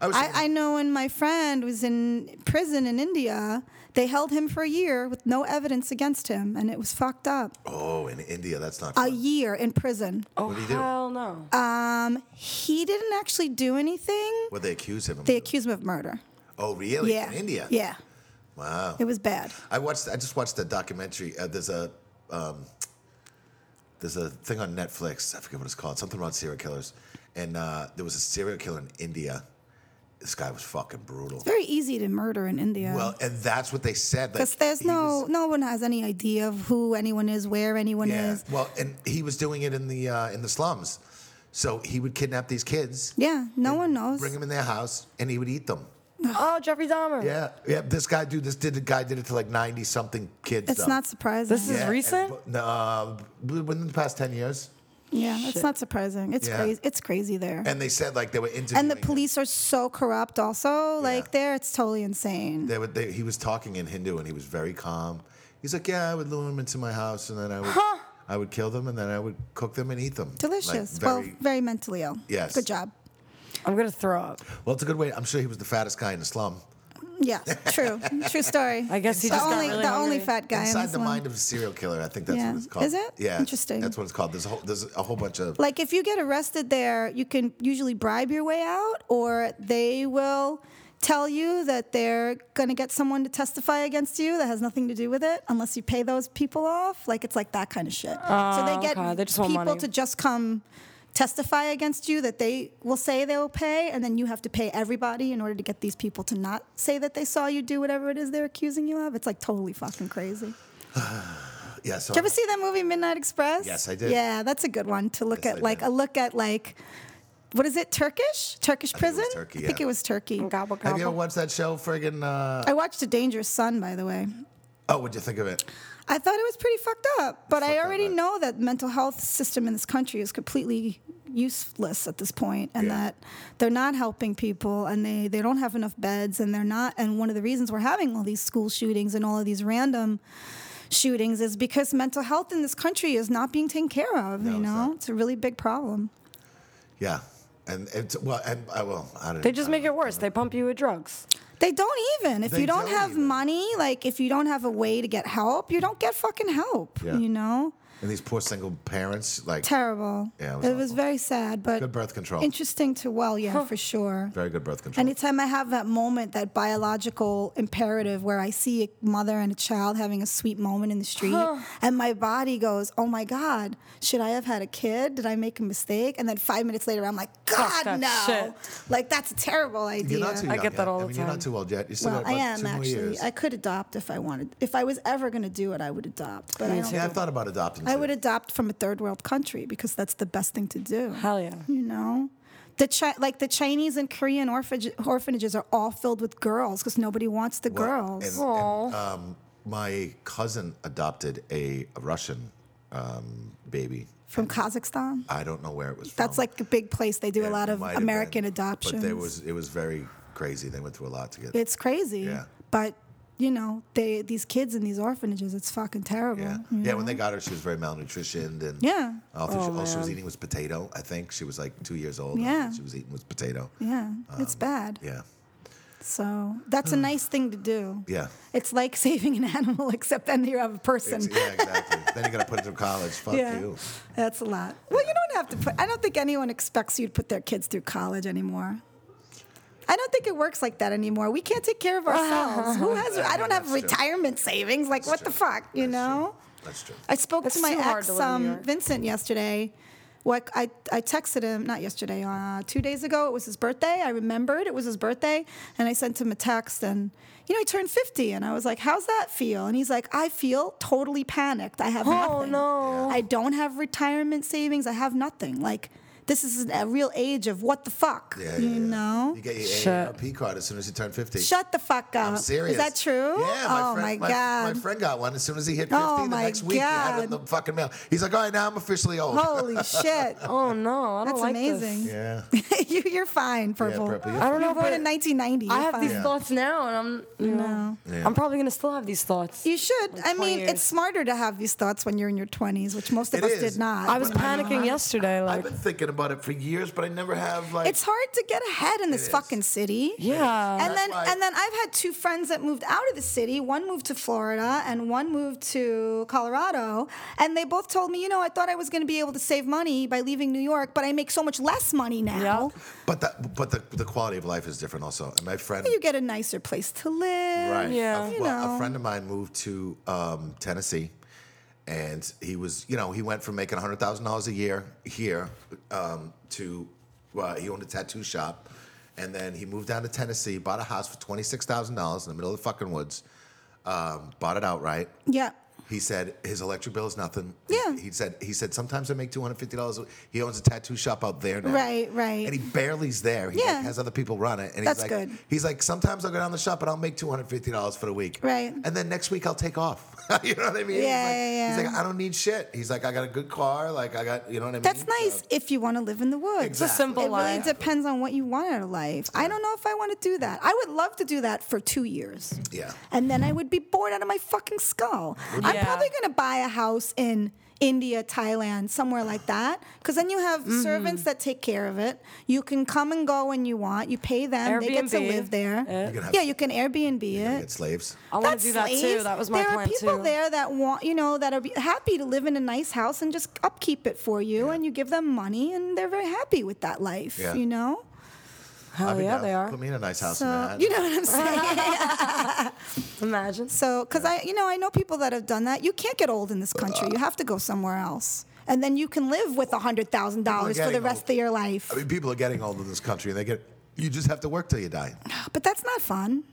Speaker 1: I was.
Speaker 2: I, I know when my friend was in prison in India, they held him for a year with no evidence against him, and it was fucked up.
Speaker 1: oh, in India, that's not.
Speaker 2: A
Speaker 1: Fun.
Speaker 2: year in prison.
Speaker 3: Oh,
Speaker 1: What'd he do?
Speaker 3: hell no.
Speaker 2: Um, he didn't actually do anything.
Speaker 1: Well, they accuse him. of-
Speaker 2: They accused him of murder.
Speaker 1: oh, really?
Speaker 2: Yeah,
Speaker 1: In India.
Speaker 2: Yeah,
Speaker 1: Wow.
Speaker 2: it was bad.
Speaker 1: I watched. I just watched a documentary. Uh, there's a um, there's a thing on Netflix. I forget what it's called. Something about serial killers. And uh, there was a serial killer in India. This guy was fucking brutal.
Speaker 2: Very easy to murder in India.
Speaker 1: Well, and that's what they said. like,
Speaker 2: Because there's
Speaker 1: he
Speaker 2: no
Speaker 1: was-
Speaker 2: no one has any idea of who anyone is, where anyone
Speaker 1: yeah.
Speaker 2: is.
Speaker 1: Well, and he was doing it in the uh, in the slums. So he would kidnap these kids,
Speaker 2: Yeah, no one knows.
Speaker 1: bring them in their house, and he would eat them.
Speaker 3: oh, Jeffrey Dahmer.
Speaker 1: Yeah, yeah. This guy, dude, this did the guy did it to like ninety something kids.
Speaker 2: It's
Speaker 1: though.
Speaker 2: not surprising.
Speaker 3: This is
Speaker 1: Yeah, and-
Speaker 3: recent?
Speaker 1: but- No, uh, within the past ten years.
Speaker 2: yeah, it's not surprising. It's
Speaker 1: Yeah.
Speaker 2: crazy. It's crazy there. And,
Speaker 1: And they said like they were interviewing.
Speaker 2: the
Speaker 1: him.
Speaker 2: police are so corrupt. Also, like there, it's totally insane.
Speaker 1: They were, they, he was talking in Hindu and he was very calm. He's like, yeah, I would lure them into my house and then I would, I would kill them and then I would cook them and eat them. Like,
Speaker 2: Delicious. well,
Speaker 1: very-
Speaker 2: very mentally ill.
Speaker 1: Yes.
Speaker 2: Good job.
Speaker 3: I'm gonna throw up.
Speaker 1: well, it's a good way. I'm sure he was the fattest guy in the slum.
Speaker 2: Yeah. True. true story.
Speaker 3: I guess he
Speaker 2: the
Speaker 3: just got
Speaker 2: only
Speaker 3: really
Speaker 2: the
Speaker 3: hungry.
Speaker 2: only fat guy in
Speaker 1: Inside
Speaker 2: this
Speaker 1: the
Speaker 2: one.
Speaker 1: mind of a serial killer, I think that's
Speaker 2: Yeah.
Speaker 1: what it's called.
Speaker 2: Is it?
Speaker 1: Yeah.
Speaker 2: Interesting.
Speaker 1: That's what it's called. There's a whole, there's a whole bunch
Speaker 3: Mm-hmm.
Speaker 1: of.
Speaker 2: like if you get arrested there, you can usually bribe your way out, or they will tell you that they're going to get someone to testify against you that has nothing to do with it, unless you pay those people off. Like it's like that kind of shit. so they get
Speaker 3: okay. Oh, They just want
Speaker 2: people
Speaker 3: money.
Speaker 2: to just come testify against you that they will say they will pay and then you have to pay everybody in order to get these people to not say that they saw you do whatever it is they're accusing you of it's like totally fucking crazy
Speaker 1: yeah. So
Speaker 2: did you ever see that movie Midnight Express?
Speaker 1: Yes, I did.
Speaker 2: Yeah, that's a good one to look
Speaker 1: Yes,
Speaker 2: at,
Speaker 1: I
Speaker 2: like
Speaker 1: did.
Speaker 2: a look at like what is it? Turkish? Turkish prison?
Speaker 1: Turkey,
Speaker 2: I think
Speaker 1: yeah.
Speaker 2: it was Turkey.
Speaker 3: Gobble
Speaker 1: Have you ever
Speaker 3: gobble.
Speaker 1: watched that show? Friggin' uh,
Speaker 2: I watched A Dangerous Son, by the way.
Speaker 1: oh, what'd you think of it?
Speaker 2: I thought it was pretty fucked up, but I
Speaker 1: fucked up,
Speaker 2: already
Speaker 1: right?
Speaker 2: know that mental health system in this country is completely useless at this point and
Speaker 1: Yeah.
Speaker 2: that they're not helping people and they, they don't have enough beds and they're not and one of the reasons we're having all these school shootings and all of these random shootings is because mental health in this country is not being taken care of you
Speaker 1: it's
Speaker 2: know
Speaker 1: not.
Speaker 2: it's a really big problem
Speaker 1: Yeah, and it's well, and I will. I don't.
Speaker 3: They just
Speaker 1: I
Speaker 3: make
Speaker 1: don't-
Speaker 3: it worse. They pump you with drugs.
Speaker 2: They don't even. If
Speaker 1: They
Speaker 2: you don't,
Speaker 1: don't
Speaker 2: have
Speaker 1: even.
Speaker 2: money, like if you don't have a way to get help, you don't get fucking help.
Speaker 1: Yeah.
Speaker 2: You know?
Speaker 1: And these poor single parents, like
Speaker 2: Terrible.
Speaker 1: Yeah, it
Speaker 2: it
Speaker 1: was
Speaker 2: was, very sad, but
Speaker 1: good birth control,
Speaker 2: interesting to well, yeah, for sure.
Speaker 1: very good birth control.
Speaker 2: Anytime I have that moment, that biological imperative where I see a mother and a child having a sweet moment in the street, and my body goes, Oh my God, should I have had a kid? Did I make a mistake? And then five minutes later, I'm like, God,
Speaker 3: that
Speaker 2: no.
Speaker 3: shit.
Speaker 2: Like, that's a terrible idea.
Speaker 1: you're not too young
Speaker 3: I get that
Speaker 1: yet.
Speaker 3: all
Speaker 1: I
Speaker 3: the
Speaker 1: mean, you're
Speaker 3: time.
Speaker 1: not too old yet. You still
Speaker 2: Well,
Speaker 1: got
Speaker 2: I
Speaker 1: about
Speaker 2: am
Speaker 1: two more
Speaker 2: actually.
Speaker 1: years.
Speaker 2: I could adopt if I wanted. If I was ever going to do it, I would adopt. But I don't.
Speaker 1: yeah, I thought about adopting.
Speaker 2: I
Speaker 1: too.
Speaker 2: would adopt from a third world country because that's the best thing to do.
Speaker 3: Hell yeah.
Speaker 2: You know, the Chi- like the Chinese and Korean orphanage- orphanages are all filled with girls because nobody wants the
Speaker 1: Well,
Speaker 2: girls.
Speaker 1: and-
Speaker 3: Aw.
Speaker 1: and, um, my cousin adopted a Russian um, baby.
Speaker 2: from Kazakhstan.
Speaker 1: I don't know where it was from.
Speaker 2: That's like a big place. They do a
Speaker 1: It
Speaker 2: lot of
Speaker 1: might have
Speaker 2: American
Speaker 1: been,
Speaker 2: adoptions.
Speaker 1: But there was it was very crazy. They went through a lot to get.
Speaker 2: it's crazy.
Speaker 1: Yeah.
Speaker 2: But you know, they these kids in these orphanages, it's fucking terrible.
Speaker 1: yeah,
Speaker 2: you
Speaker 1: yeah.
Speaker 2: know?
Speaker 1: When they got her, she was very malnutritioned, and
Speaker 2: Yeah.
Speaker 1: all, through-
Speaker 3: Oh,
Speaker 1: all she was
Speaker 3: man.
Speaker 1: eating was potato. I think she was like two years old. and
Speaker 2: Yeah.
Speaker 1: all she was eating was potato.
Speaker 2: yeah, it's bad.
Speaker 1: Um, Yeah, Hmm.
Speaker 2: So that's a nice thing to do.
Speaker 1: yeah.
Speaker 2: It's like saving an animal, except then you have a person.
Speaker 1: Ex- yeah, exactly. then you got to put it through college. Fuck you.
Speaker 2: that's a lot. Well, you don't have to put. I don't think anyone expects you to put their kids through college anymore. I don't think it works like that anymore. We can't take care of ourselves. Who has? I don't have
Speaker 1: That's true.
Speaker 2: retirement savings. Like, what the fuck, you
Speaker 1: That's
Speaker 2: know?
Speaker 1: true. That's true.
Speaker 2: I spoke
Speaker 3: It's
Speaker 2: to my
Speaker 3: too hard
Speaker 2: ex,
Speaker 3: to live in New
Speaker 2: um,
Speaker 3: York.
Speaker 2: Vincent, yesterday. What I, I texted him not yesterday, uh, two days ago. It was his birthday. I remembered it was his birthday, and I sent him a text. And you know, he turned fifty, and I was like, "How's that feel?" And he's like, "I feel totally panicked. I have
Speaker 3: Oh,
Speaker 2: nothing.
Speaker 3: no.
Speaker 2: I don't have retirement savings. I have nothing. Like this is a real age of what the fuck,
Speaker 1: Yeah, yeah,
Speaker 2: you
Speaker 1: yeah.
Speaker 2: know."
Speaker 1: You get
Speaker 3: Shit.
Speaker 1: your AARP card as soon as you turn fifty.
Speaker 2: Shut the fuck up.
Speaker 1: I'm serious.
Speaker 2: Is that true?
Speaker 1: Yeah. My
Speaker 2: oh
Speaker 1: friend,
Speaker 2: my god.
Speaker 1: My, friend got one as soon as he hit 50
Speaker 2: Oh,
Speaker 1: the
Speaker 2: my
Speaker 1: next week. He had it in the
Speaker 2: God.
Speaker 1: fucking mail. He's like, all right, now I'm officially old.
Speaker 2: Holy shit.
Speaker 1: Uh,
Speaker 3: Oh no, I don't
Speaker 2: That's
Speaker 3: like this.
Speaker 2: amazing.
Speaker 1: Yeah.
Speaker 2: you, you're fine, purple.
Speaker 1: Purple, you're
Speaker 2: I
Speaker 1: I
Speaker 2: don't
Speaker 3: don't fine.
Speaker 2: know.
Speaker 3: know,
Speaker 2: Born
Speaker 3: but
Speaker 2: in 1990.
Speaker 3: I
Speaker 2: you're
Speaker 3: have these
Speaker 2: fine.
Speaker 3: thoughts now, and I'm you know,
Speaker 1: Yeah.
Speaker 3: I'm probably gonna still have these thoughts.
Speaker 2: You should. I
Speaker 3: 20
Speaker 2: mean,
Speaker 3: years.
Speaker 2: it's smarter to have these thoughts when you're in your 20s, which most of
Speaker 1: It
Speaker 2: us
Speaker 1: is.
Speaker 2: did not.
Speaker 3: I was
Speaker 1: But I-
Speaker 3: panicking yesterday,
Speaker 1: I've
Speaker 3: like
Speaker 1: been thinking about it for years, but I never have like.
Speaker 2: It's hard to get ahead in this
Speaker 1: is.
Speaker 2: fucking city.
Speaker 3: yeah.
Speaker 2: And then,
Speaker 1: why-
Speaker 2: and then I've had two friends that moved out of the city. One moved to Florida and one moved to Colorado. And they both told me, you know, I thought I was going to be able to save money by leaving New York, but I make so much less money now.
Speaker 3: Yeah.
Speaker 1: but the, but the, the quality of life is different also. And my friend.
Speaker 2: You get a nicer place to live.
Speaker 1: Right.
Speaker 3: Yeah.
Speaker 1: A,
Speaker 2: You
Speaker 1: well,
Speaker 2: know.
Speaker 1: a friend of mine moved to um, Tennessee, and he was, you know, he went from making hundred thousand dollars a year here um, to, well, he owned a tattoo shop, and then he moved down to Tennessee, bought a house for twenty six thousand dollars in the middle of the fucking woods, um, bought it outright.
Speaker 2: Yeah.
Speaker 1: He said his electric bill is nothing.
Speaker 2: Yeah.
Speaker 1: He said he said sometimes I make two hundred fifty dollars. He owns a tattoo shop out there now.
Speaker 2: Right, right.
Speaker 1: And he barely's there. He like,
Speaker 2: Yeah.
Speaker 1: has other people run it. And
Speaker 2: That's
Speaker 1: he's like,
Speaker 2: good.
Speaker 1: he's like, sometimes I'll go down the shop and I'll make two hundred fifty dollars for the week.
Speaker 2: Right.
Speaker 1: And then next week I'll take off. you know what I mean? He's
Speaker 2: Yeah,
Speaker 1: like-
Speaker 2: yeah, yeah.
Speaker 1: He's like, I don't need shit. He's like, I got a good car. Like I got, you know what I mean?
Speaker 2: That's nice if you want to live in the woods.
Speaker 1: Exactly. It's a
Speaker 3: simple
Speaker 2: It really
Speaker 3: life.
Speaker 2: depends on what you want out of life. I don't know if I want to do that. I would love to do that for two years.
Speaker 1: Yeah.
Speaker 2: And then I would be bored out of my fucking skull. I'm
Speaker 3: Yeah.
Speaker 2: probably going to buy a house in India, Thailand, somewhere like that. Because then you have
Speaker 3: Mm-hmm.
Speaker 2: servants that take care of it. You can come and go when you want. You pay them. They get to
Speaker 3: Airbnb
Speaker 2: live there.
Speaker 3: it. You
Speaker 1: can have-
Speaker 2: yeah, you can Airbnb it.
Speaker 1: Get slaves.
Speaker 3: I want
Speaker 2: That's
Speaker 3: to do that too.
Speaker 2: slaves.
Speaker 3: That was my
Speaker 2: there
Speaker 3: plan
Speaker 2: are people
Speaker 3: too.
Speaker 2: there that want, you know, that are be- happy to live in a nice house and just upkeep it for you, and you give them money, and they're very happy with that life,
Speaker 1: Yeah.
Speaker 2: you know.
Speaker 1: I'd
Speaker 3: Hell
Speaker 1: be
Speaker 3: yeah,
Speaker 1: down.
Speaker 3: they are.
Speaker 1: Put me in a nice house, in
Speaker 2: So
Speaker 1: man.
Speaker 2: you know what I'm saying.
Speaker 3: Imagine.
Speaker 2: so, because I, you know, I know people that have done that. You can't get old in this country. You have to go somewhere else, and then you can live with a hundred thousand dollars for the
Speaker 1: getting
Speaker 2: rest
Speaker 1: old.
Speaker 2: of your life.
Speaker 1: I mean, people are getting old in this country, and they get. You just have to work till you die.
Speaker 2: But that's not fun.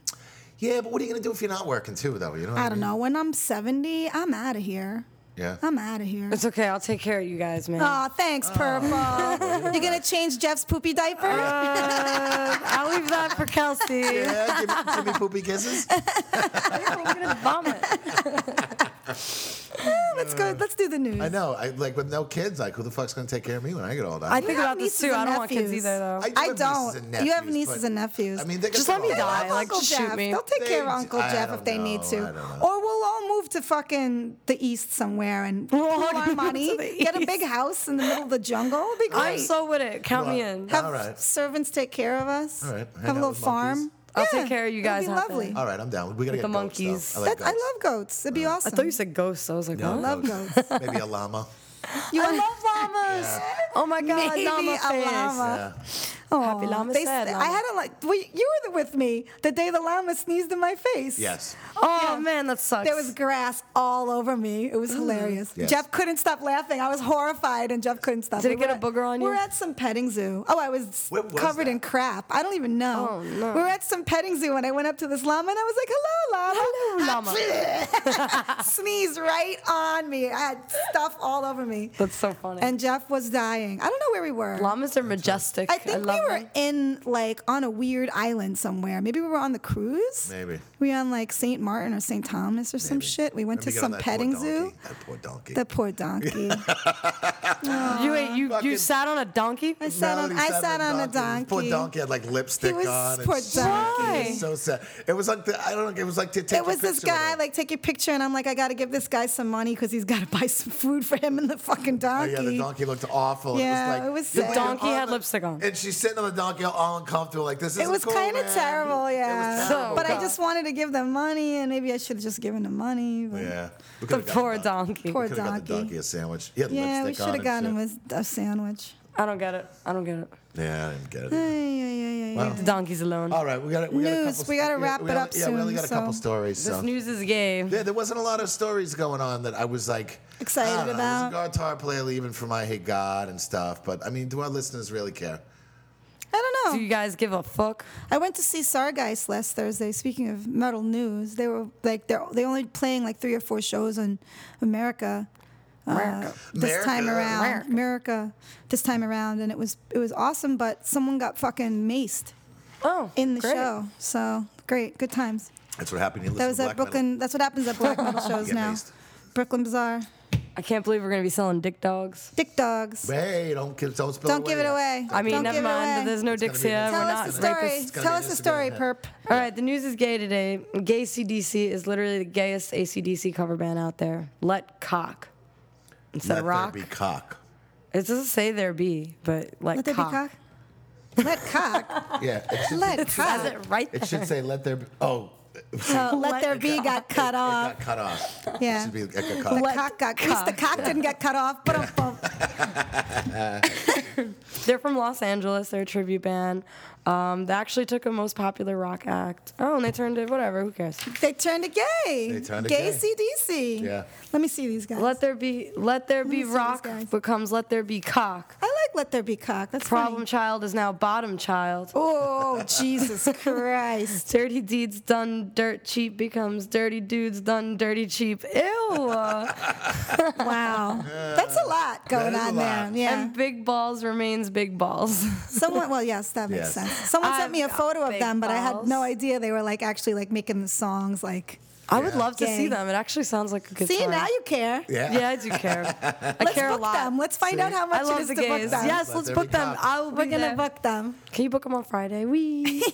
Speaker 1: Yeah, but what are you gonna do if you're not working too, though? You know. What
Speaker 2: I
Speaker 1: mean?
Speaker 2: don't know. When I'm 70, I'm out of here.
Speaker 1: Yeah.
Speaker 2: I'm out of here.
Speaker 3: It's okay. I'll take care of you guys, man.
Speaker 2: Aw, thanks, Purple. You're gonna change Jeff's poopy diaper?
Speaker 3: Uh, I'll leave that for Kelsey.
Speaker 1: yeah, give, me- give me poopy kisses.
Speaker 3: I'm gonna vomit.
Speaker 2: let's go. Let's do the news.
Speaker 1: I know. I like with no kids. Like, who the fuck's gonna take care of me when I get older?
Speaker 3: I think
Speaker 2: have
Speaker 3: about
Speaker 2: nieces
Speaker 3: this too.
Speaker 2: and
Speaker 3: I don't want kids
Speaker 2: nephews.
Speaker 3: either, though.
Speaker 1: I do
Speaker 2: I
Speaker 1: have nieces
Speaker 2: don't.
Speaker 1: and
Speaker 2: You have
Speaker 1: nephews,
Speaker 2: nieces
Speaker 1: but-
Speaker 2: and nephews.
Speaker 1: I mean, they
Speaker 3: Just let me
Speaker 2: They'll
Speaker 3: die.
Speaker 2: have
Speaker 3: like,
Speaker 2: Uncle
Speaker 3: just
Speaker 2: Jeff.
Speaker 3: shoot me.
Speaker 2: They'll take
Speaker 1: They
Speaker 2: care of
Speaker 1: d-
Speaker 2: Uncle
Speaker 1: I
Speaker 2: Jeff
Speaker 1: don't
Speaker 2: if they need
Speaker 1: know,
Speaker 2: to.
Speaker 1: I don't know.
Speaker 2: Or we'll all move to fucking the east somewhere and
Speaker 3: We'll all
Speaker 2: pool
Speaker 3: move
Speaker 2: our
Speaker 3: to
Speaker 2: money,
Speaker 3: the
Speaker 2: get a
Speaker 3: east.
Speaker 2: big house in the middle of the jungle. It'll be great.
Speaker 3: I'm so with it. Count me
Speaker 1: Well,
Speaker 3: in.
Speaker 1: that-
Speaker 2: have
Speaker 1: All right.
Speaker 2: servants take care of us.
Speaker 1: All right. Hang
Speaker 2: Have a
Speaker 1: out
Speaker 2: little
Speaker 1: with monkeys.
Speaker 2: farm.
Speaker 3: I'll take care of you guys
Speaker 2: It'll be
Speaker 3: out there.
Speaker 2: lovely.
Speaker 1: All right, I'm down. We gotta
Speaker 3: the
Speaker 1: get goats, though.
Speaker 3: monkeys.
Speaker 1: I like
Speaker 2: That, I
Speaker 1: goats.
Speaker 2: love goats. It'd be
Speaker 3: I
Speaker 2: awesome.
Speaker 3: thought you said ghosts. I was like,
Speaker 1: No,
Speaker 3: what?
Speaker 2: love
Speaker 1: Maybe a llama.
Speaker 2: You
Speaker 3: I
Speaker 2: want-
Speaker 3: love llamas. Oh my god,
Speaker 2: Maybe
Speaker 3: llama
Speaker 2: a
Speaker 3: face.
Speaker 2: llama.
Speaker 1: Yeah.
Speaker 3: Happy
Speaker 2: Aw,
Speaker 3: llama
Speaker 2: they,
Speaker 3: said
Speaker 2: I
Speaker 3: llama.
Speaker 2: had a like. Well, you were with me the day the llama sneezed in my face.
Speaker 1: Yes.
Speaker 3: Oh
Speaker 2: Yeah.
Speaker 3: man, that sucks.
Speaker 2: There was grass all over me. It was
Speaker 3: Mm.
Speaker 2: hilarious.
Speaker 1: Yes.
Speaker 2: Jeff couldn't stop laughing. I was horrified, and Jeff couldn't stop.
Speaker 3: Did it
Speaker 2: We were
Speaker 3: get a
Speaker 2: at-
Speaker 3: booger on
Speaker 2: We were
Speaker 3: you?
Speaker 2: at some petting zoo. Oh, I was
Speaker 1: Where was
Speaker 2: covered
Speaker 1: that?
Speaker 2: in crap. I don't even know.
Speaker 3: Oh, no.
Speaker 2: We were at some petting zoo, and I went up to this llama, and I was like, "Hello, llama."
Speaker 3: Hello, llama.
Speaker 2: Sneeze right on me. I had stuff all over me.
Speaker 3: That's so funny.
Speaker 2: And Jeff was dying. I don't know where we were.
Speaker 3: llamas are majestic.
Speaker 2: I think
Speaker 3: love
Speaker 2: we were
Speaker 3: them.
Speaker 2: in like on a weird island somewhere. Maybe we were on the cruise.
Speaker 1: Maybe.
Speaker 2: We were on like St. Martin or St. Thomas or some
Speaker 1: Maybe.
Speaker 2: shit. We went
Speaker 1: Let me
Speaker 2: to
Speaker 1: get on
Speaker 2: some
Speaker 1: that poor
Speaker 2: petting
Speaker 1: donkey.
Speaker 2: zoo.
Speaker 1: That poor donkey.
Speaker 2: The poor donkey.
Speaker 3: You ate, you,
Speaker 1: Fucking-
Speaker 3: you sat on a donkey?
Speaker 2: I sat on,
Speaker 1: Melody
Speaker 2: I sat on a donkey.
Speaker 1: Poor donkey had like lipstick
Speaker 2: He was
Speaker 1: on. and
Speaker 2: poor
Speaker 1: shit.
Speaker 2: donkey.
Speaker 1: It was so sad. It was like the, I don't know. It was like to take.
Speaker 2: It was this guy, like, take your picture, and I'm like, I gotta give this guy some money because he's gotta buy some food for him and the fucking
Speaker 1: Oh,
Speaker 2: donkey.
Speaker 1: yeah, the donkey looked awful.
Speaker 2: Yeah,
Speaker 1: it was like
Speaker 2: it was
Speaker 1: you're
Speaker 2: sad.
Speaker 1: laying
Speaker 3: Donkey
Speaker 1: on
Speaker 3: had
Speaker 1: the-
Speaker 3: lipstick on.
Speaker 1: and she's sitting on the donkey all uncomfortable, like this is.
Speaker 2: It was
Speaker 1: cool,
Speaker 2: kind of
Speaker 1: man.
Speaker 2: terrible,
Speaker 1: It was
Speaker 2: yeah.
Speaker 1: terrible.
Speaker 2: but I
Speaker 3: God.
Speaker 2: just wanted to give them money, and maybe I should have just given them money. But
Speaker 1: yeah, we
Speaker 3: The
Speaker 1: could've gotten
Speaker 3: poor donkey.
Speaker 2: Poor
Speaker 1: We could have got the
Speaker 2: donkey.
Speaker 1: donkey a sandwich. He had
Speaker 2: yeah, we
Speaker 1: lipstick
Speaker 2: should
Speaker 1: on.
Speaker 2: have gotten him
Speaker 1: and
Speaker 2: a, a sandwich.
Speaker 3: I don't get it. I don't get it.
Speaker 1: shit. Yeah, I didn't get it.
Speaker 2: Yeah, yeah, yeah, yeah.
Speaker 1: Wow.
Speaker 3: The donkey's alone.
Speaker 1: All right, we got we Got a
Speaker 2: News,
Speaker 1: couple,
Speaker 2: we gotta wrap
Speaker 1: we
Speaker 2: it
Speaker 1: only-
Speaker 2: up
Speaker 1: Yeah, we only
Speaker 2: soon,
Speaker 1: got a couple
Speaker 2: so-
Speaker 1: stories.
Speaker 3: This
Speaker 1: so.
Speaker 3: news is gay.
Speaker 1: Yeah, there wasn't a lot of stories going on that I was like
Speaker 2: Excited
Speaker 1: I don't know,
Speaker 2: about.
Speaker 1: There's a guitar player leaving from I Hate God and stuff, but I mean, do our listeners really care?
Speaker 2: I don't
Speaker 3: Do
Speaker 2: know.
Speaker 3: you guys give a fuck?
Speaker 2: I went to see Sargeist last Thursday. Speaking of metal news, they were like they're they only playing like three or four shows in America. uh, this time
Speaker 1: America.
Speaker 2: around,
Speaker 3: America.
Speaker 2: America. This time around, and it was it was awesome. But someone got fucking maced
Speaker 3: Oh,
Speaker 2: in the
Speaker 3: great.
Speaker 2: show, so great, good times.
Speaker 1: That's what happened. You listen
Speaker 2: That was
Speaker 1: to
Speaker 2: at
Speaker 1: black metal.
Speaker 2: Brooklyn. That's what happens at black metal shows
Speaker 1: Get
Speaker 2: now.
Speaker 1: maced.
Speaker 2: Brooklyn Bazaar,
Speaker 3: I can't believe we're gonna be selling dick dogs.
Speaker 2: Dick Dogs.
Speaker 1: Hey, don't give, don't spill
Speaker 2: Don't give it
Speaker 1: yet.
Speaker 2: away.
Speaker 3: I mean,
Speaker 2: Don't
Speaker 3: never
Speaker 2: give it
Speaker 3: mind.
Speaker 2: away.
Speaker 3: There's no
Speaker 1: It's gonna
Speaker 3: dicks
Speaker 1: be
Speaker 3: here.
Speaker 1: an
Speaker 3: We're
Speaker 2: Tell
Speaker 1: Instagram.
Speaker 3: not
Speaker 2: us the
Speaker 3: rapists.
Speaker 2: story.
Speaker 1: It's gonna
Speaker 2: Tell
Speaker 1: be
Speaker 2: us the
Speaker 1: Instagram
Speaker 2: story,
Speaker 1: hit.
Speaker 2: Perp.
Speaker 3: All right, the news is gay today. Gay CDC is literally the gayest ACDC cover band out there. Let cock instead
Speaker 1: Let
Speaker 3: of
Speaker 1: there
Speaker 3: rock.
Speaker 1: be cock.
Speaker 3: It doesn't say there be, but let,
Speaker 2: Let there
Speaker 3: cock.
Speaker 2: be cock. Let cock.
Speaker 1: Yeah, it should,
Speaker 2: Let
Speaker 3: Has
Speaker 2: cock.
Speaker 3: it right
Speaker 1: it
Speaker 3: there.
Speaker 1: should say let there. Be, oh, it
Speaker 2: Oh, let there be got cut off.
Speaker 1: got cut off.
Speaker 2: Yeah.
Speaker 1: It should be it got cut
Speaker 2: The
Speaker 1: off.
Speaker 3: Let
Speaker 2: cock got. At least the cock didn't get cut off. But
Speaker 3: They're from Los Angeles. They're a tribute band. Um, they actually took a most popular rock act. Oh, and they turned it. Whatever. Who cares?
Speaker 2: they turned it gay.
Speaker 1: They turned it gay.
Speaker 2: CDC.
Speaker 1: Yeah.
Speaker 2: Let me see these guys.
Speaker 3: Let there be. Let there be
Speaker 2: me see these
Speaker 3: rock
Speaker 2: guys.
Speaker 3: becomes let there be cock.
Speaker 2: I like let there be cock. That's
Speaker 3: Problem
Speaker 2: funny.
Speaker 3: child is now bottom child.
Speaker 2: Oh Jesus Christ.
Speaker 3: Dirty deeds done dirt cheap becomes dirty dudes done dirty cheap. Ew.
Speaker 2: Wow. That's a lot going
Speaker 1: is a
Speaker 2: on
Speaker 1: lot.
Speaker 2: there. Yeah.
Speaker 3: And big balls remains big balls.
Speaker 2: Someone, well, yes, that makes
Speaker 1: Yes.
Speaker 2: sense. Someone
Speaker 3: I've
Speaker 2: sent me a
Speaker 3: got
Speaker 2: photo of
Speaker 3: big
Speaker 2: them, but I had
Speaker 3: balls.
Speaker 2: no idea they were like actually like making the songs. Like,
Speaker 3: I would love to
Speaker 2: Gay.
Speaker 3: see them. It actually sounds like a good
Speaker 2: see,
Speaker 3: story.
Speaker 2: now you care.
Speaker 1: Yeah.
Speaker 3: Yeah, I do care. I
Speaker 2: Let's
Speaker 3: care a
Speaker 2: book
Speaker 3: lot.
Speaker 2: them. Let's find out how much
Speaker 3: I love
Speaker 2: it is
Speaker 3: the
Speaker 2: to book
Speaker 3: gays.
Speaker 2: them.
Speaker 3: Yes,
Speaker 1: Let
Speaker 3: let's
Speaker 1: there
Speaker 3: book
Speaker 1: be
Speaker 3: them.
Speaker 1: cock.
Speaker 3: I will be
Speaker 2: we're gonna
Speaker 3: there.
Speaker 2: book them.
Speaker 3: Can you book them on Friday? We.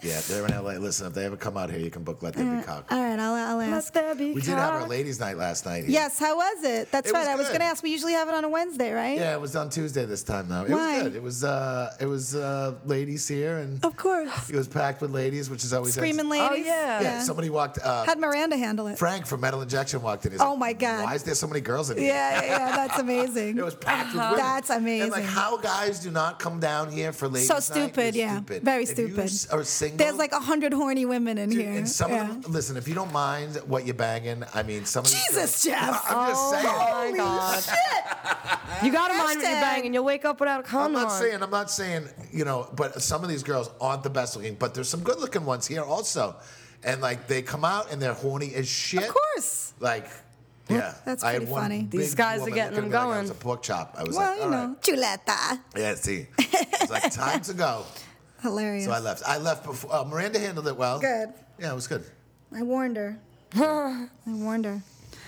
Speaker 1: Yeah, they're in LA. Listen, if they ever come out here, you can book let there
Speaker 2: Mm.
Speaker 1: be cock.
Speaker 2: All right, I'll, I'll
Speaker 3: Let
Speaker 2: ask.
Speaker 3: there be
Speaker 1: We did have our
Speaker 3: cock.
Speaker 1: ladies' night last night. Here.
Speaker 2: Yes, how was it? That's
Speaker 1: It
Speaker 2: right.
Speaker 1: was
Speaker 2: I was
Speaker 1: good.
Speaker 2: gonna ask. We usually have it on a Wednesday, right?
Speaker 1: Yeah, it was on Tuesday this time though. It
Speaker 2: Why?
Speaker 1: was good. It was uh, it was uh, ladies here and
Speaker 2: Of course.
Speaker 1: it was packed with ladies, which is always
Speaker 2: Screaming ladies.
Speaker 3: Oh, yeah.
Speaker 1: Yeah, somebody walked. Uh,
Speaker 2: Had Miranda handle it.
Speaker 1: Frank from Metal Injection walked in. He's
Speaker 2: Oh
Speaker 1: like,
Speaker 2: my God.
Speaker 1: Why is there so many girls in here?
Speaker 2: Yeah, yeah, yeah, that's amazing.
Speaker 1: It was packed
Speaker 3: Uh-huh.
Speaker 1: with women.
Speaker 2: That's
Speaker 1: And like
Speaker 2: amazing.
Speaker 1: how guys do not come down here for ladies' night
Speaker 2: stupid,
Speaker 1: is
Speaker 2: yeah.
Speaker 1: stupid.
Speaker 2: Very
Speaker 1: If
Speaker 2: stupid.
Speaker 1: You are single.
Speaker 2: There's like a hundred horny women in
Speaker 1: Dude,
Speaker 2: here.
Speaker 1: And some
Speaker 2: Yeah.
Speaker 1: of them, listen, if you don't mind what you're bagging, I mean, some of these girls-
Speaker 2: Jesus, Jeff.
Speaker 1: I- I'm just saying.
Speaker 3: Oh my god. You gotta mind what you're
Speaker 2: Hashtag-
Speaker 3: banging. You'll wake up without a
Speaker 1: I'm
Speaker 3: condom.
Speaker 1: not
Speaker 3: on.
Speaker 1: saying I'm not saying you know, but some of these girls aren't the best looking, but there's some good looking ones here also, and like they come out and they're horny as shit.
Speaker 2: Of course.
Speaker 1: Like Yeah,
Speaker 2: That's
Speaker 1: I had
Speaker 2: pretty
Speaker 1: one
Speaker 2: funny.
Speaker 1: big
Speaker 3: These guys are
Speaker 1: woman that
Speaker 3: getting
Speaker 1: could've
Speaker 3: them
Speaker 1: been Like, I was a
Speaker 3: going.
Speaker 1: pork chop. I was
Speaker 2: Well,
Speaker 1: like,
Speaker 2: you
Speaker 1: all right.
Speaker 2: know, Juleta.
Speaker 1: Yeah, see, it's like time to go.
Speaker 2: Hilarious.
Speaker 1: So I left. I left before uh, Miranda handled it well.
Speaker 2: Good.
Speaker 1: Yeah, it was good.
Speaker 2: I warned her. I warned her.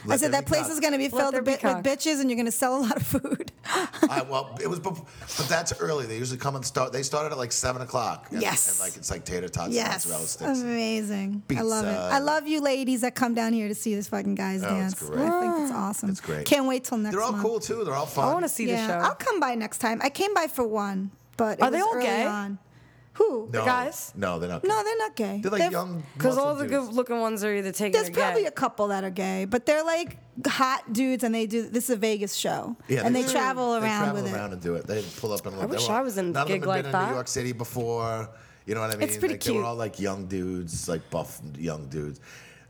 Speaker 2: I
Speaker 1: Let
Speaker 2: said
Speaker 1: there
Speaker 2: that
Speaker 1: be
Speaker 2: place
Speaker 1: cock."
Speaker 2: is going to be filled
Speaker 3: there
Speaker 2: a
Speaker 3: be
Speaker 2: bit with
Speaker 3: cock."
Speaker 2: bitches, and you're going to sell a lot of food.
Speaker 1: I, well, it was, before, but that's early. They usually come and start. They started at like seven o'clock. And,
Speaker 2: Yes.
Speaker 1: and like it's like tater tots,
Speaker 2: yes,
Speaker 1: and mozzarella
Speaker 3: Oh,
Speaker 1: sticks.
Speaker 2: amazing. I
Speaker 1: Pizza. Oh,
Speaker 2: love it. I love you, ladies, that come down here to see this fucking guys
Speaker 1: it's
Speaker 2: dance.
Speaker 1: great.
Speaker 2: I think it's awesome.
Speaker 1: It's great.
Speaker 2: Can't wait till next.
Speaker 1: They're all
Speaker 2: month.
Speaker 1: cool too. They're all fun.
Speaker 3: I want to see
Speaker 2: Yeah,
Speaker 3: the show.
Speaker 2: I'll come by next time. I came by for one, but it
Speaker 3: Are they
Speaker 2: was
Speaker 3: all
Speaker 2: early
Speaker 3: gay?
Speaker 2: On. Who?
Speaker 1: no,
Speaker 3: guys?
Speaker 1: No, they're not.
Speaker 2: No, they're not gay.
Speaker 1: they're like young.
Speaker 3: Because all the
Speaker 1: muscle
Speaker 3: good
Speaker 1: dudes.
Speaker 3: looking ones are either taking
Speaker 2: There's
Speaker 3: or
Speaker 2: probably
Speaker 3: gay.
Speaker 2: a couple that are gay, but they're like hot dudes, and they do. This is a Vegas show,
Speaker 1: Yeah,
Speaker 2: and
Speaker 1: they
Speaker 2: they,
Speaker 1: do.
Speaker 2: travel
Speaker 1: They
Speaker 2: around
Speaker 1: travel
Speaker 2: with
Speaker 1: around
Speaker 2: it.
Speaker 1: and do it. They pull up and look. they
Speaker 3: wish
Speaker 1: were-
Speaker 3: I was in a
Speaker 1: none of
Speaker 3: gig
Speaker 1: them had
Speaker 3: like
Speaker 1: been in
Speaker 3: that.
Speaker 1: New York City before. You know what I mean?
Speaker 2: It's pretty
Speaker 1: like, They were
Speaker 2: cute.
Speaker 1: all like young dudes, like buff young dudes.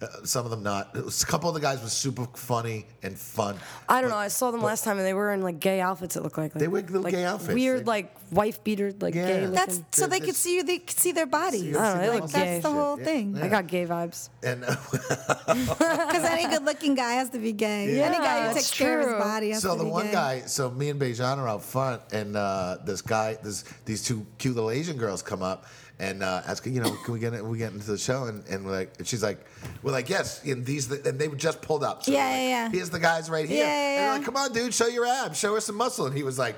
Speaker 1: Uh, some of them not. It was- a couple of the guys was super funny and fun.
Speaker 3: I don't know. I saw them last time and they were in like gay outfits. It looked like, like
Speaker 1: They were little
Speaker 3: like,
Speaker 1: gay outfits.
Speaker 3: Weird
Speaker 1: They-
Speaker 3: like wife beater like
Speaker 1: Yeah.
Speaker 3: gay. Looking.
Speaker 1: That's-
Speaker 2: That's so
Speaker 1: They're
Speaker 2: they could
Speaker 1: just-
Speaker 2: see you. They could see their bodies.
Speaker 1: I
Speaker 3: don't know, they
Speaker 2: Like,
Speaker 3: look
Speaker 2: that's
Speaker 3: gay.
Speaker 2: the whole
Speaker 1: Yeah,
Speaker 2: thing.
Speaker 1: yeah.
Speaker 3: I got gay vibes.
Speaker 1: And uh,
Speaker 2: Because any good-looking guy has to be gay.
Speaker 3: Yeah,
Speaker 2: any guy who
Speaker 3: that's
Speaker 2: takes care of his
Speaker 3: true.
Speaker 2: body has
Speaker 1: so
Speaker 2: to
Speaker 1: the
Speaker 2: be
Speaker 1: one
Speaker 2: gay.
Speaker 1: guy, so me and Bejan are out front, and uh, this guy, this these two cute little Asian girls come up and uh, ask, you know, can we get in, we get into the show? And, and we're like, and she's like, we're like, yes. And these, and they just pulled up. So we're
Speaker 2: Yeah,
Speaker 1: like,
Speaker 2: yeah, yeah.
Speaker 1: Here's the guys right here.
Speaker 2: Yeah, yeah,
Speaker 1: And we're
Speaker 2: yeah.
Speaker 1: like, come on, dude, show your abs, show her some muscle. And he was like,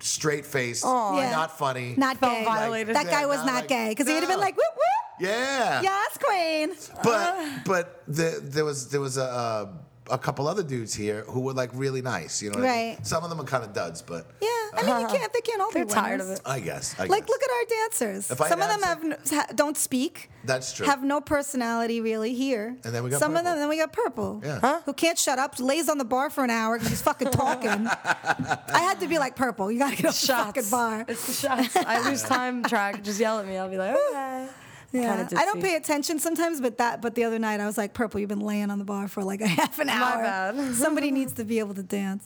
Speaker 1: straight face,
Speaker 2: Yeah.
Speaker 1: not funny,
Speaker 2: not
Speaker 3: Felt
Speaker 2: gay.
Speaker 3: violated.
Speaker 2: That
Speaker 1: Yeah,
Speaker 2: guy was
Speaker 1: not
Speaker 2: not,
Speaker 1: like-
Speaker 2: gay because he'd have been
Speaker 1: No.
Speaker 2: like, whoop whoop,
Speaker 1: yeah,
Speaker 2: yes, queen.
Speaker 1: But but the, there was there was a. Uh, a couple other dudes here who were like really nice, you know. what I mean?
Speaker 2: Right.
Speaker 1: Some of them are kind of duds, but
Speaker 2: Yeah, I mean, you can't. They can't all
Speaker 3: They're
Speaker 2: be
Speaker 3: tired
Speaker 2: winners.
Speaker 3: of it.
Speaker 1: I guess. I
Speaker 2: Like,
Speaker 1: guess.
Speaker 2: look at our dancers.
Speaker 1: If I
Speaker 2: Some of
Speaker 1: had
Speaker 2: them have n- ha- don't speak.
Speaker 1: That's true.
Speaker 2: Have no personality really here.
Speaker 1: And then we got
Speaker 2: some of
Speaker 1: purple.
Speaker 2: them. Then we got purple.
Speaker 1: Yeah. Huh?
Speaker 2: Who can't shut up? Lays on the bar for an hour because he's fucking talking. I had to be like purple. You gotta get off
Speaker 3: Shots.
Speaker 2: the fucking bar.
Speaker 3: It's the shots. I lose time track. Just yell at me. I'll be like, okay.
Speaker 2: Yeah.
Speaker 3: Kinda
Speaker 2: I don't
Speaker 3: ditzy.
Speaker 2: pay attention sometimes, but that. But the other night I was like, purple. You've been laying on the bar for like a half an hour.
Speaker 3: bad.
Speaker 2: Somebody needs to be able to dance.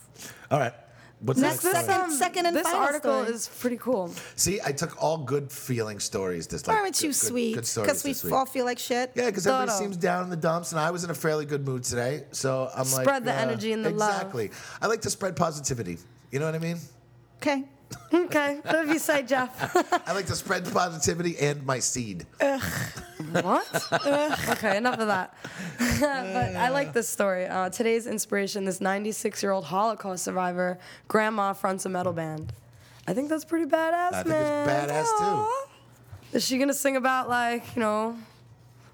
Speaker 1: All right. What's
Speaker 2: Next
Speaker 1: the
Speaker 2: second- second and
Speaker 3: this
Speaker 2: final
Speaker 3: article
Speaker 2: story.
Speaker 3: is pretty cool.
Speaker 1: See, I took all good feeling stories this like
Speaker 2: Why aren't
Speaker 1: good-
Speaker 2: you
Speaker 1: good-
Speaker 2: sweet?
Speaker 1: Good stories
Speaker 2: Because we
Speaker 1: this week.
Speaker 2: all feel like shit.
Speaker 1: Yeah, because everybody
Speaker 3: Todo.
Speaker 1: seems down in the dumps, and I was in a fairly good mood today, so I'm like
Speaker 3: Spread the energy and the love.
Speaker 1: exactly. Exactly. I like to spread positivity. You know what I mean?
Speaker 2: Okay.
Speaker 3: Okay. What did you say, Jeff?
Speaker 1: I like to spread positivity and my seed.
Speaker 3: What? okay, enough of that. but I like this story. Uh, today's inspiration this 96 year old Holocaust survivor, grandma fronts a metal band. I think that's pretty badass,
Speaker 1: I think
Speaker 3: man.
Speaker 1: it's badass too.
Speaker 3: Is she gonna sing about, like, you know,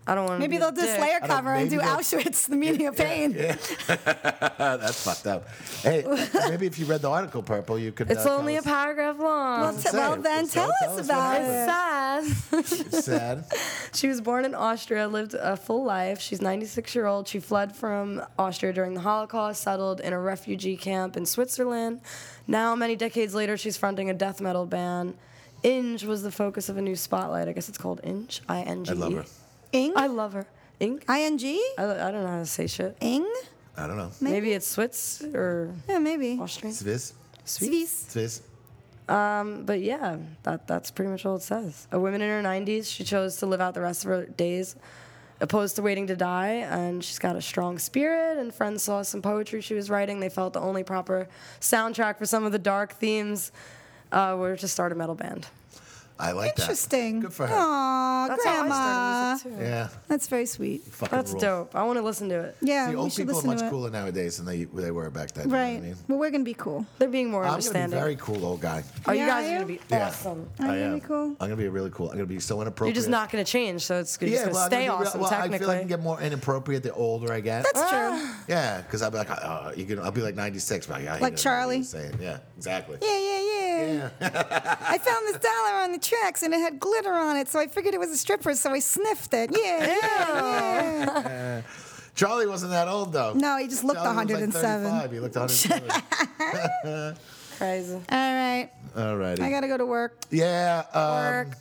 Speaker 3: I don't want to.
Speaker 2: Maybe
Speaker 3: be
Speaker 2: they'll
Speaker 3: a
Speaker 2: do
Speaker 3: dick.
Speaker 2: Slayer
Speaker 1: don't-
Speaker 2: cover and do
Speaker 1: maybe they'll-
Speaker 2: Auschwitz, the meaning of pain.
Speaker 1: Uh, that's fucked up. Hey, maybe if you read the article, purple, you could.
Speaker 3: It's
Speaker 1: uh,
Speaker 3: only a
Speaker 1: tell us-
Speaker 3: paragraph long.
Speaker 2: Well, t-
Speaker 1: say
Speaker 2: well
Speaker 1: it.
Speaker 2: then
Speaker 1: So
Speaker 2: tell,
Speaker 1: tell us
Speaker 2: us
Speaker 1: what
Speaker 2: about
Speaker 1: happened.
Speaker 2: it.
Speaker 3: sad.
Speaker 1: Sad.
Speaker 3: She was born in Austria, lived a full life. She's 96 year old. She fled from Austria during the Holocaust, settled in a refugee camp in Switzerland. Now, many decades later, she's fronting a death metal band. Inge was the focus of a new spotlight. I guess it's called Inge. I N G. E?
Speaker 1: I love her.
Speaker 2: Ing?
Speaker 3: I love her. Inge. I,
Speaker 2: I-N-G?
Speaker 3: I don't know how to say shit.
Speaker 2: Ing?
Speaker 1: I don't know.
Speaker 3: Maybe, it's Swiss or
Speaker 2: Yeah, maybe.
Speaker 3: Austrian.
Speaker 1: Swiss.
Speaker 2: Swiss.
Speaker 1: Swiss.
Speaker 3: But yeah, that that's pretty much all it says. A woman in her 90s, she chose to live out the rest of her days opposed to waiting to die, and she's got a strong spirit. And friends saw some poetry she was writing. They felt the only proper soundtrack for some of the dark themes uh, were to start a metal band.
Speaker 1: I like that.
Speaker 2: Interesting.
Speaker 1: Good for her.
Speaker 2: Aw,
Speaker 3: That's how
Speaker 2: grandma.
Speaker 3: I started music too.
Speaker 1: Yeah.
Speaker 2: That's very sweet.
Speaker 1: Fucking
Speaker 3: That's
Speaker 1: rule.
Speaker 3: dope. I want to listen to it.
Speaker 2: Yeah,
Speaker 1: The
Speaker 2: we
Speaker 1: old
Speaker 2: should
Speaker 1: people are
Speaker 2: listen
Speaker 1: much
Speaker 2: to it.
Speaker 1: cooler nowadays than they they were back then. you know what I
Speaker 2: Right.
Speaker 1: mean?
Speaker 2: Well, we're going to be cool.
Speaker 3: They're being more
Speaker 1: I'm gonna be
Speaker 3: understanding.
Speaker 1: very cool, old guy.
Speaker 3: oh,
Speaker 2: Yeah,
Speaker 3: you guys
Speaker 2: I
Speaker 3: are gonna
Speaker 2: am.
Speaker 3: be awesome.
Speaker 1: Yeah.
Speaker 2: Are
Speaker 1: I
Speaker 2: you gonna
Speaker 1: am.
Speaker 2: be cool?
Speaker 1: I'm gonna be really cool. I'm gonna be so
Speaker 3: You're
Speaker 1: inappropriate.
Speaker 3: just not gonna change, so it's you're
Speaker 1: Yeah,
Speaker 3: just gonna
Speaker 1: well, I'm gonna
Speaker 3: stay
Speaker 1: be real-
Speaker 3: awesome
Speaker 1: well, I feel
Speaker 3: technically.
Speaker 1: like I can get more inappropriate the older I get.
Speaker 2: That's true.
Speaker 1: yeah, because I'll be like, uh, you can, I'll be like 96, but I hate
Speaker 2: Like
Speaker 1: it.
Speaker 2: Charlie?
Speaker 1: You're Saying. Yeah, exactly.
Speaker 2: Yeah, yeah, yeah. I found this dollar on the tracks and it had glitter on it, so I figured it was a stripper, so I sniffed it. Yeah, yeah, yeah.
Speaker 1: Charlie wasn't that old though.
Speaker 2: No, he just looked
Speaker 1: Charlie was, like,
Speaker 2: 107.
Speaker 1: 35. He looked 107.
Speaker 3: Crazy.
Speaker 2: All right.
Speaker 1: Alrighty.
Speaker 2: I got to go to work.
Speaker 1: yeah. Um,
Speaker 3: Work.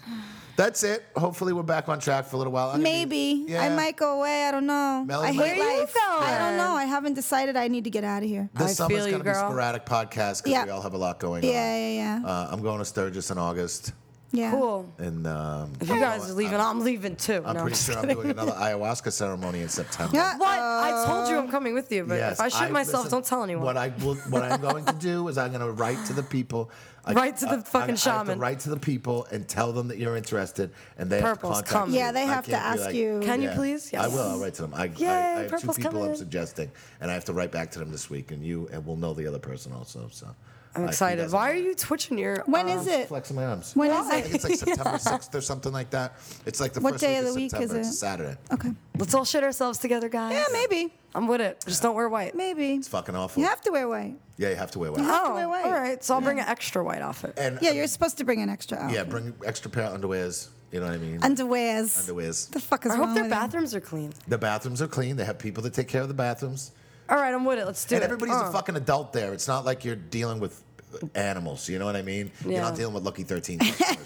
Speaker 1: that's it. Hopefully, we're back on track for a little while. I'm gonna be-
Speaker 2: Maybe I
Speaker 1: Yeah.
Speaker 2: might go away. I don't know.
Speaker 1: Melanie
Speaker 2: I
Speaker 1: might-
Speaker 2: hate
Speaker 1: Where
Speaker 3: you
Speaker 2: life. I don't
Speaker 3: going?
Speaker 2: know. I haven't decided. I need to get out of here.
Speaker 1: This
Speaker 3: I
Speaker 1: summer's
Speaker 3: feel you,
Speaker 1: gonna be
Speaker 3: girl.
Speaker 1: sporadic podcasts because
Speaker 2: Yeah.
Speaker 1: we all have a lot going
Speaker 2: Yeah,
Speaker 1: on.
Speaker 2: yeah, yeah.
Speaker 1: Uh, I'm going to Sturgis in August.
Speaker 2: Yeah.
Speaker 3: Cool.
Speaker 1: And um,
Speaker 3: If you guys are leaving, I'm leaving too.
Speaker 1: I'm
Speaker 3: no,
Speaker 1: pretty
Speaker 3: just
Speaker 1: sure I'm
Speaker 3: kidding.
Speaker 1: doing another ayahuasca ceremony in September.
Speaker 2: Yeah.
Speaker 3: What? I told you I'm coming with you, but if I shoot myself,
Speaker 1: Um, listen,
Speaker 3: don't tell anyone.
Speaker 1: What I will, what I'm going to do is I'm going to write to the people. I,
Speaker 3: Write to the
Speaker 1: I- I-
Speaker 3: fucking
Speaker 1: I have to
Speaker 3: shaman.
Speaker 1: write to the people and tell them that you're interested, and they have to
Speaker 3: Purple's
Speaker 1: contact
Speaker 3: coming.
Speaker 1: you.
Speaker 2: Yeah, they
Speaker 1: I
Speaker 2: have to
Speaker 1: can't be
Speaker 2: ask you-
Speaker 3: Can you please?
Speaker 1: I will.
Speaker 3: Yes.
Speaker 1: I'll write to them. I, I-
Speaker 3: Yay,
Speaker 1: I, have two
Speaker 3: Purple's
Speaker 1: people I'm
Speaker 3: coming.
Speaker 1: suggesting, and I have to write back to them this week, and you and we'll know the other person also. So I-
Speaker 3: I'm
Speaker 1: you
Speaker 3: excited.
Speaker 1: guys
Speaker 3: Why are you twitching your?
Speaker 2: When
Speaker 3: uh,
Speaker 2: is it?
Speaker 1: flexing my arms?
Speaker 2: When is
Speaker 1: I think
Speaker 2: it?
Speaker 1: it's like September 6th or something like that. It's like the
Speaker 2: What
Speaker 1: first
Speaker 2: day
Speaker 1: week
Speaker 2: of the week is
Speaker 1: September. It's
Speaker 2: it?
Speaker 1: a Saturday.
Speaker 2: uh, Okay.
Speaker 3: Let's all shit ourselves together, guys.
Speaker 2: Yeah, maybe.
Speaker 3: I'm with it. Just don't wear white.
Speaker 2: Maybe.
Speaker 1: It's fucking awful.
Speaker 2: You have to wear white.
Speaker 1: Yeah, you have to wear white.
Speaker 2: have to
Speaker 3: Oh,
Speaker 2: wear white.
Speaker 3: all right. So I'll bring an extra white outfit.
Speaker 1: And
Speaker 2: Yeah, you're supposed to bring an extra out.
Speaker 1: Yeah, bring extra pair of underwears. You know what I mean?
Speaker 2: Underwears.
Speaker 1: underwears.
Speaker 2: The fuck is
Speaker 3: I
Speaker 2: wrong
Speaker 3: hope their
Speaker 2: with you?
Speaker 3: bathrooms are clean.
Speaker 1: The bathrooms are clean. They have people that take care of the bathrooms.
Speaker 3: All right, I'm with it. Let's do
Speaker 1: And
Speaker 3: it.
Speaker 1: everybody's
Speaker 3: Uh.
Speaker 1: a fucking adult there. It's not like you're dealing with animals. You know what I mean? You're
Speaker 3: Yeah.
Speaker 1: not dealing with Lucky 13. customers,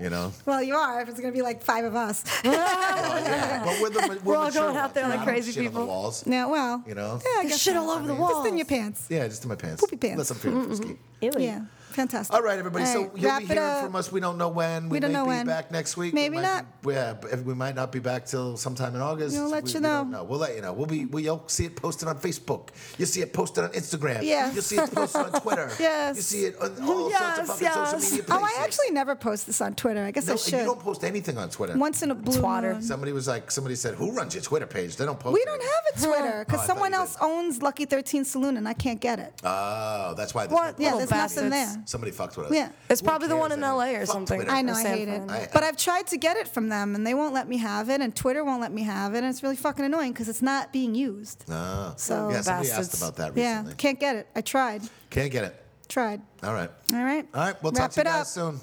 Speaker 1: you know?
Speaker 2: Well, you are. If it's gonna be like five of us.
Speaker 1: Oh, yeah. But we're, the, we're
Speaker 3: all
Speaker 1: mature
Speaker 3: going out
Speaker 1: ones.
Speaker 3: there
Speaker 1: You know,
Speaker 3: like
Speaker 1: I don't
Speaker 3: crazy
Speaker 1: shit on the
Speaker 3: people.
Speaker 1: walls.
Speaker 2: yeah. Well.
Speaker 1: You know?
Speaker 2: Yeah. I
Speaker 3: There's
Speaker 2: guess
Speaker 3: shit
Speaker 2: so.
Speaker 3: all over the
Speaker 1: mean,
Speaker 3: walls.
Speaker 2: Just in your pants.
Speaker 1: Yeah, just in my pants.
Speaker 2: Poopy pants.
Speaker 1: Listen, Fear Frisky.
Speaker 3: Ew.
Speaker 2: Yeah. Fantastic.
Speaker 1: All right, everybody.
Speaker 2: All
Speaker 1: so
Speaker 2: right,
Speaker 1: you'll
Speaker 2: wrap
Speaker 1: be
Speaker 2: it
Speaker 1: hearing
Speaker 2: up.
Speaker 1: from us. We don't know when. We,
Speaker 2: don't
Speaker 1: may
Speaker 2: know
Speaker 1: be
Speaker 2: when.
Speaker 1: back next week.
Speaker 2: Maybe
Speaker 1: we might
Speaker 2: not.
Speaker 1: Be, yeah, but we might not be back till sometime in August.
Speaker 2: We'll let
Speaker 1: we,
Speaker 2: you
Speaker 1: we
Speaker 2: know.
Speaker 1: don't We'll let you know. We'll be. We'll see it posted on Facebook. You see it posted on Instagram.
Speaker 2: Yes.
Speaker 1: You see it posted on Twitter.
Speaker 2: Yes.
Speaker 1: You see it on all sorts of
Speaker 3: Yes,
Speaker 1: fucking
Speaker 3: yes.
Speaker 1: social media
Speaker 2: Oh,
Speaker 1: places.
Speaker 2: I actually never post this on Twitter. I guess
Speaker 1: No,
Speaker 2: I
Speaker 1: you
Speaker 2: should.
Speaker 1: don't post anything on Twitter.
Speaker 2: Once in a blue
Speaker 3: Twatter.
Speaker 2: moon.
Speaker 1: Somebody was like, somebody said, "Who runs your Twitter page?" They don't post.
Speaker 2: We
Speaker 1: it.
Speaker 2: don't have a Twitter
Speaker 1: Oh,
Speaker 2: because
Speaker 1: I thought
Speaker 2: someone
Speaker 1: you
Speaker 2: else
Speaker 1: did.
Speaker 2: owns Lucky 13 Saloon and I can't get it.
Speaker 1: Oh, that's why. there's
Speaker 3: What?
Speaker 1: no-
Speaker 2: yeah,
Speaker 3: little
Speaker 2: there's nothing
Speaker 3: bastards.
Speaker 2: there.
Speaker 1: Somebody fucked with us.
Speaker 2: Yeah.
Speaker 3: It's
Speaker 1: Who
Speaker 3: probably the
Speaker 1: cares
Speaker 3: one in
Speaker 1: anyway?
Speaker 3: LA or
Speaker 1: Fuck
Speaker 3: something.
Speaker 1: Twitter.
Speaker 2: I know,
Speaker 3: Or
Speaker 2: I
Speaker 3: San
Speaker 2: hate it.
Speaker 3: Fran.
Speaker 1: I-
Speaker 2: but I've tried to get it from them and they won't let me have it, and Twitter won't let me have it, and it's really fucking annoying because it's not being used.
Speaker 1: Ah.
Speaker 2: So-
Speaker 1: yeah, somebody asked
Speaker 3: Bastards.
Speaker 1: about that
Speaker 2: yeah,
Speaker 1: recently.
Speaker 2: can't get it. I tried.
Speaker 1: Can't get it.
Speaker 2: Tried.
Speaker 1: All right.
Speaker 2: All right.
Speaker 1: All right. We'll
Speaker 2: Wrap
Speaker 1: talk to you
Speaker 2: it
Speaker 1: guys
Speaker 2: up.
Speaker 1: soon.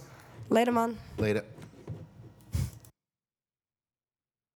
Speaker 3: Later, man.
Speaker 1: Later.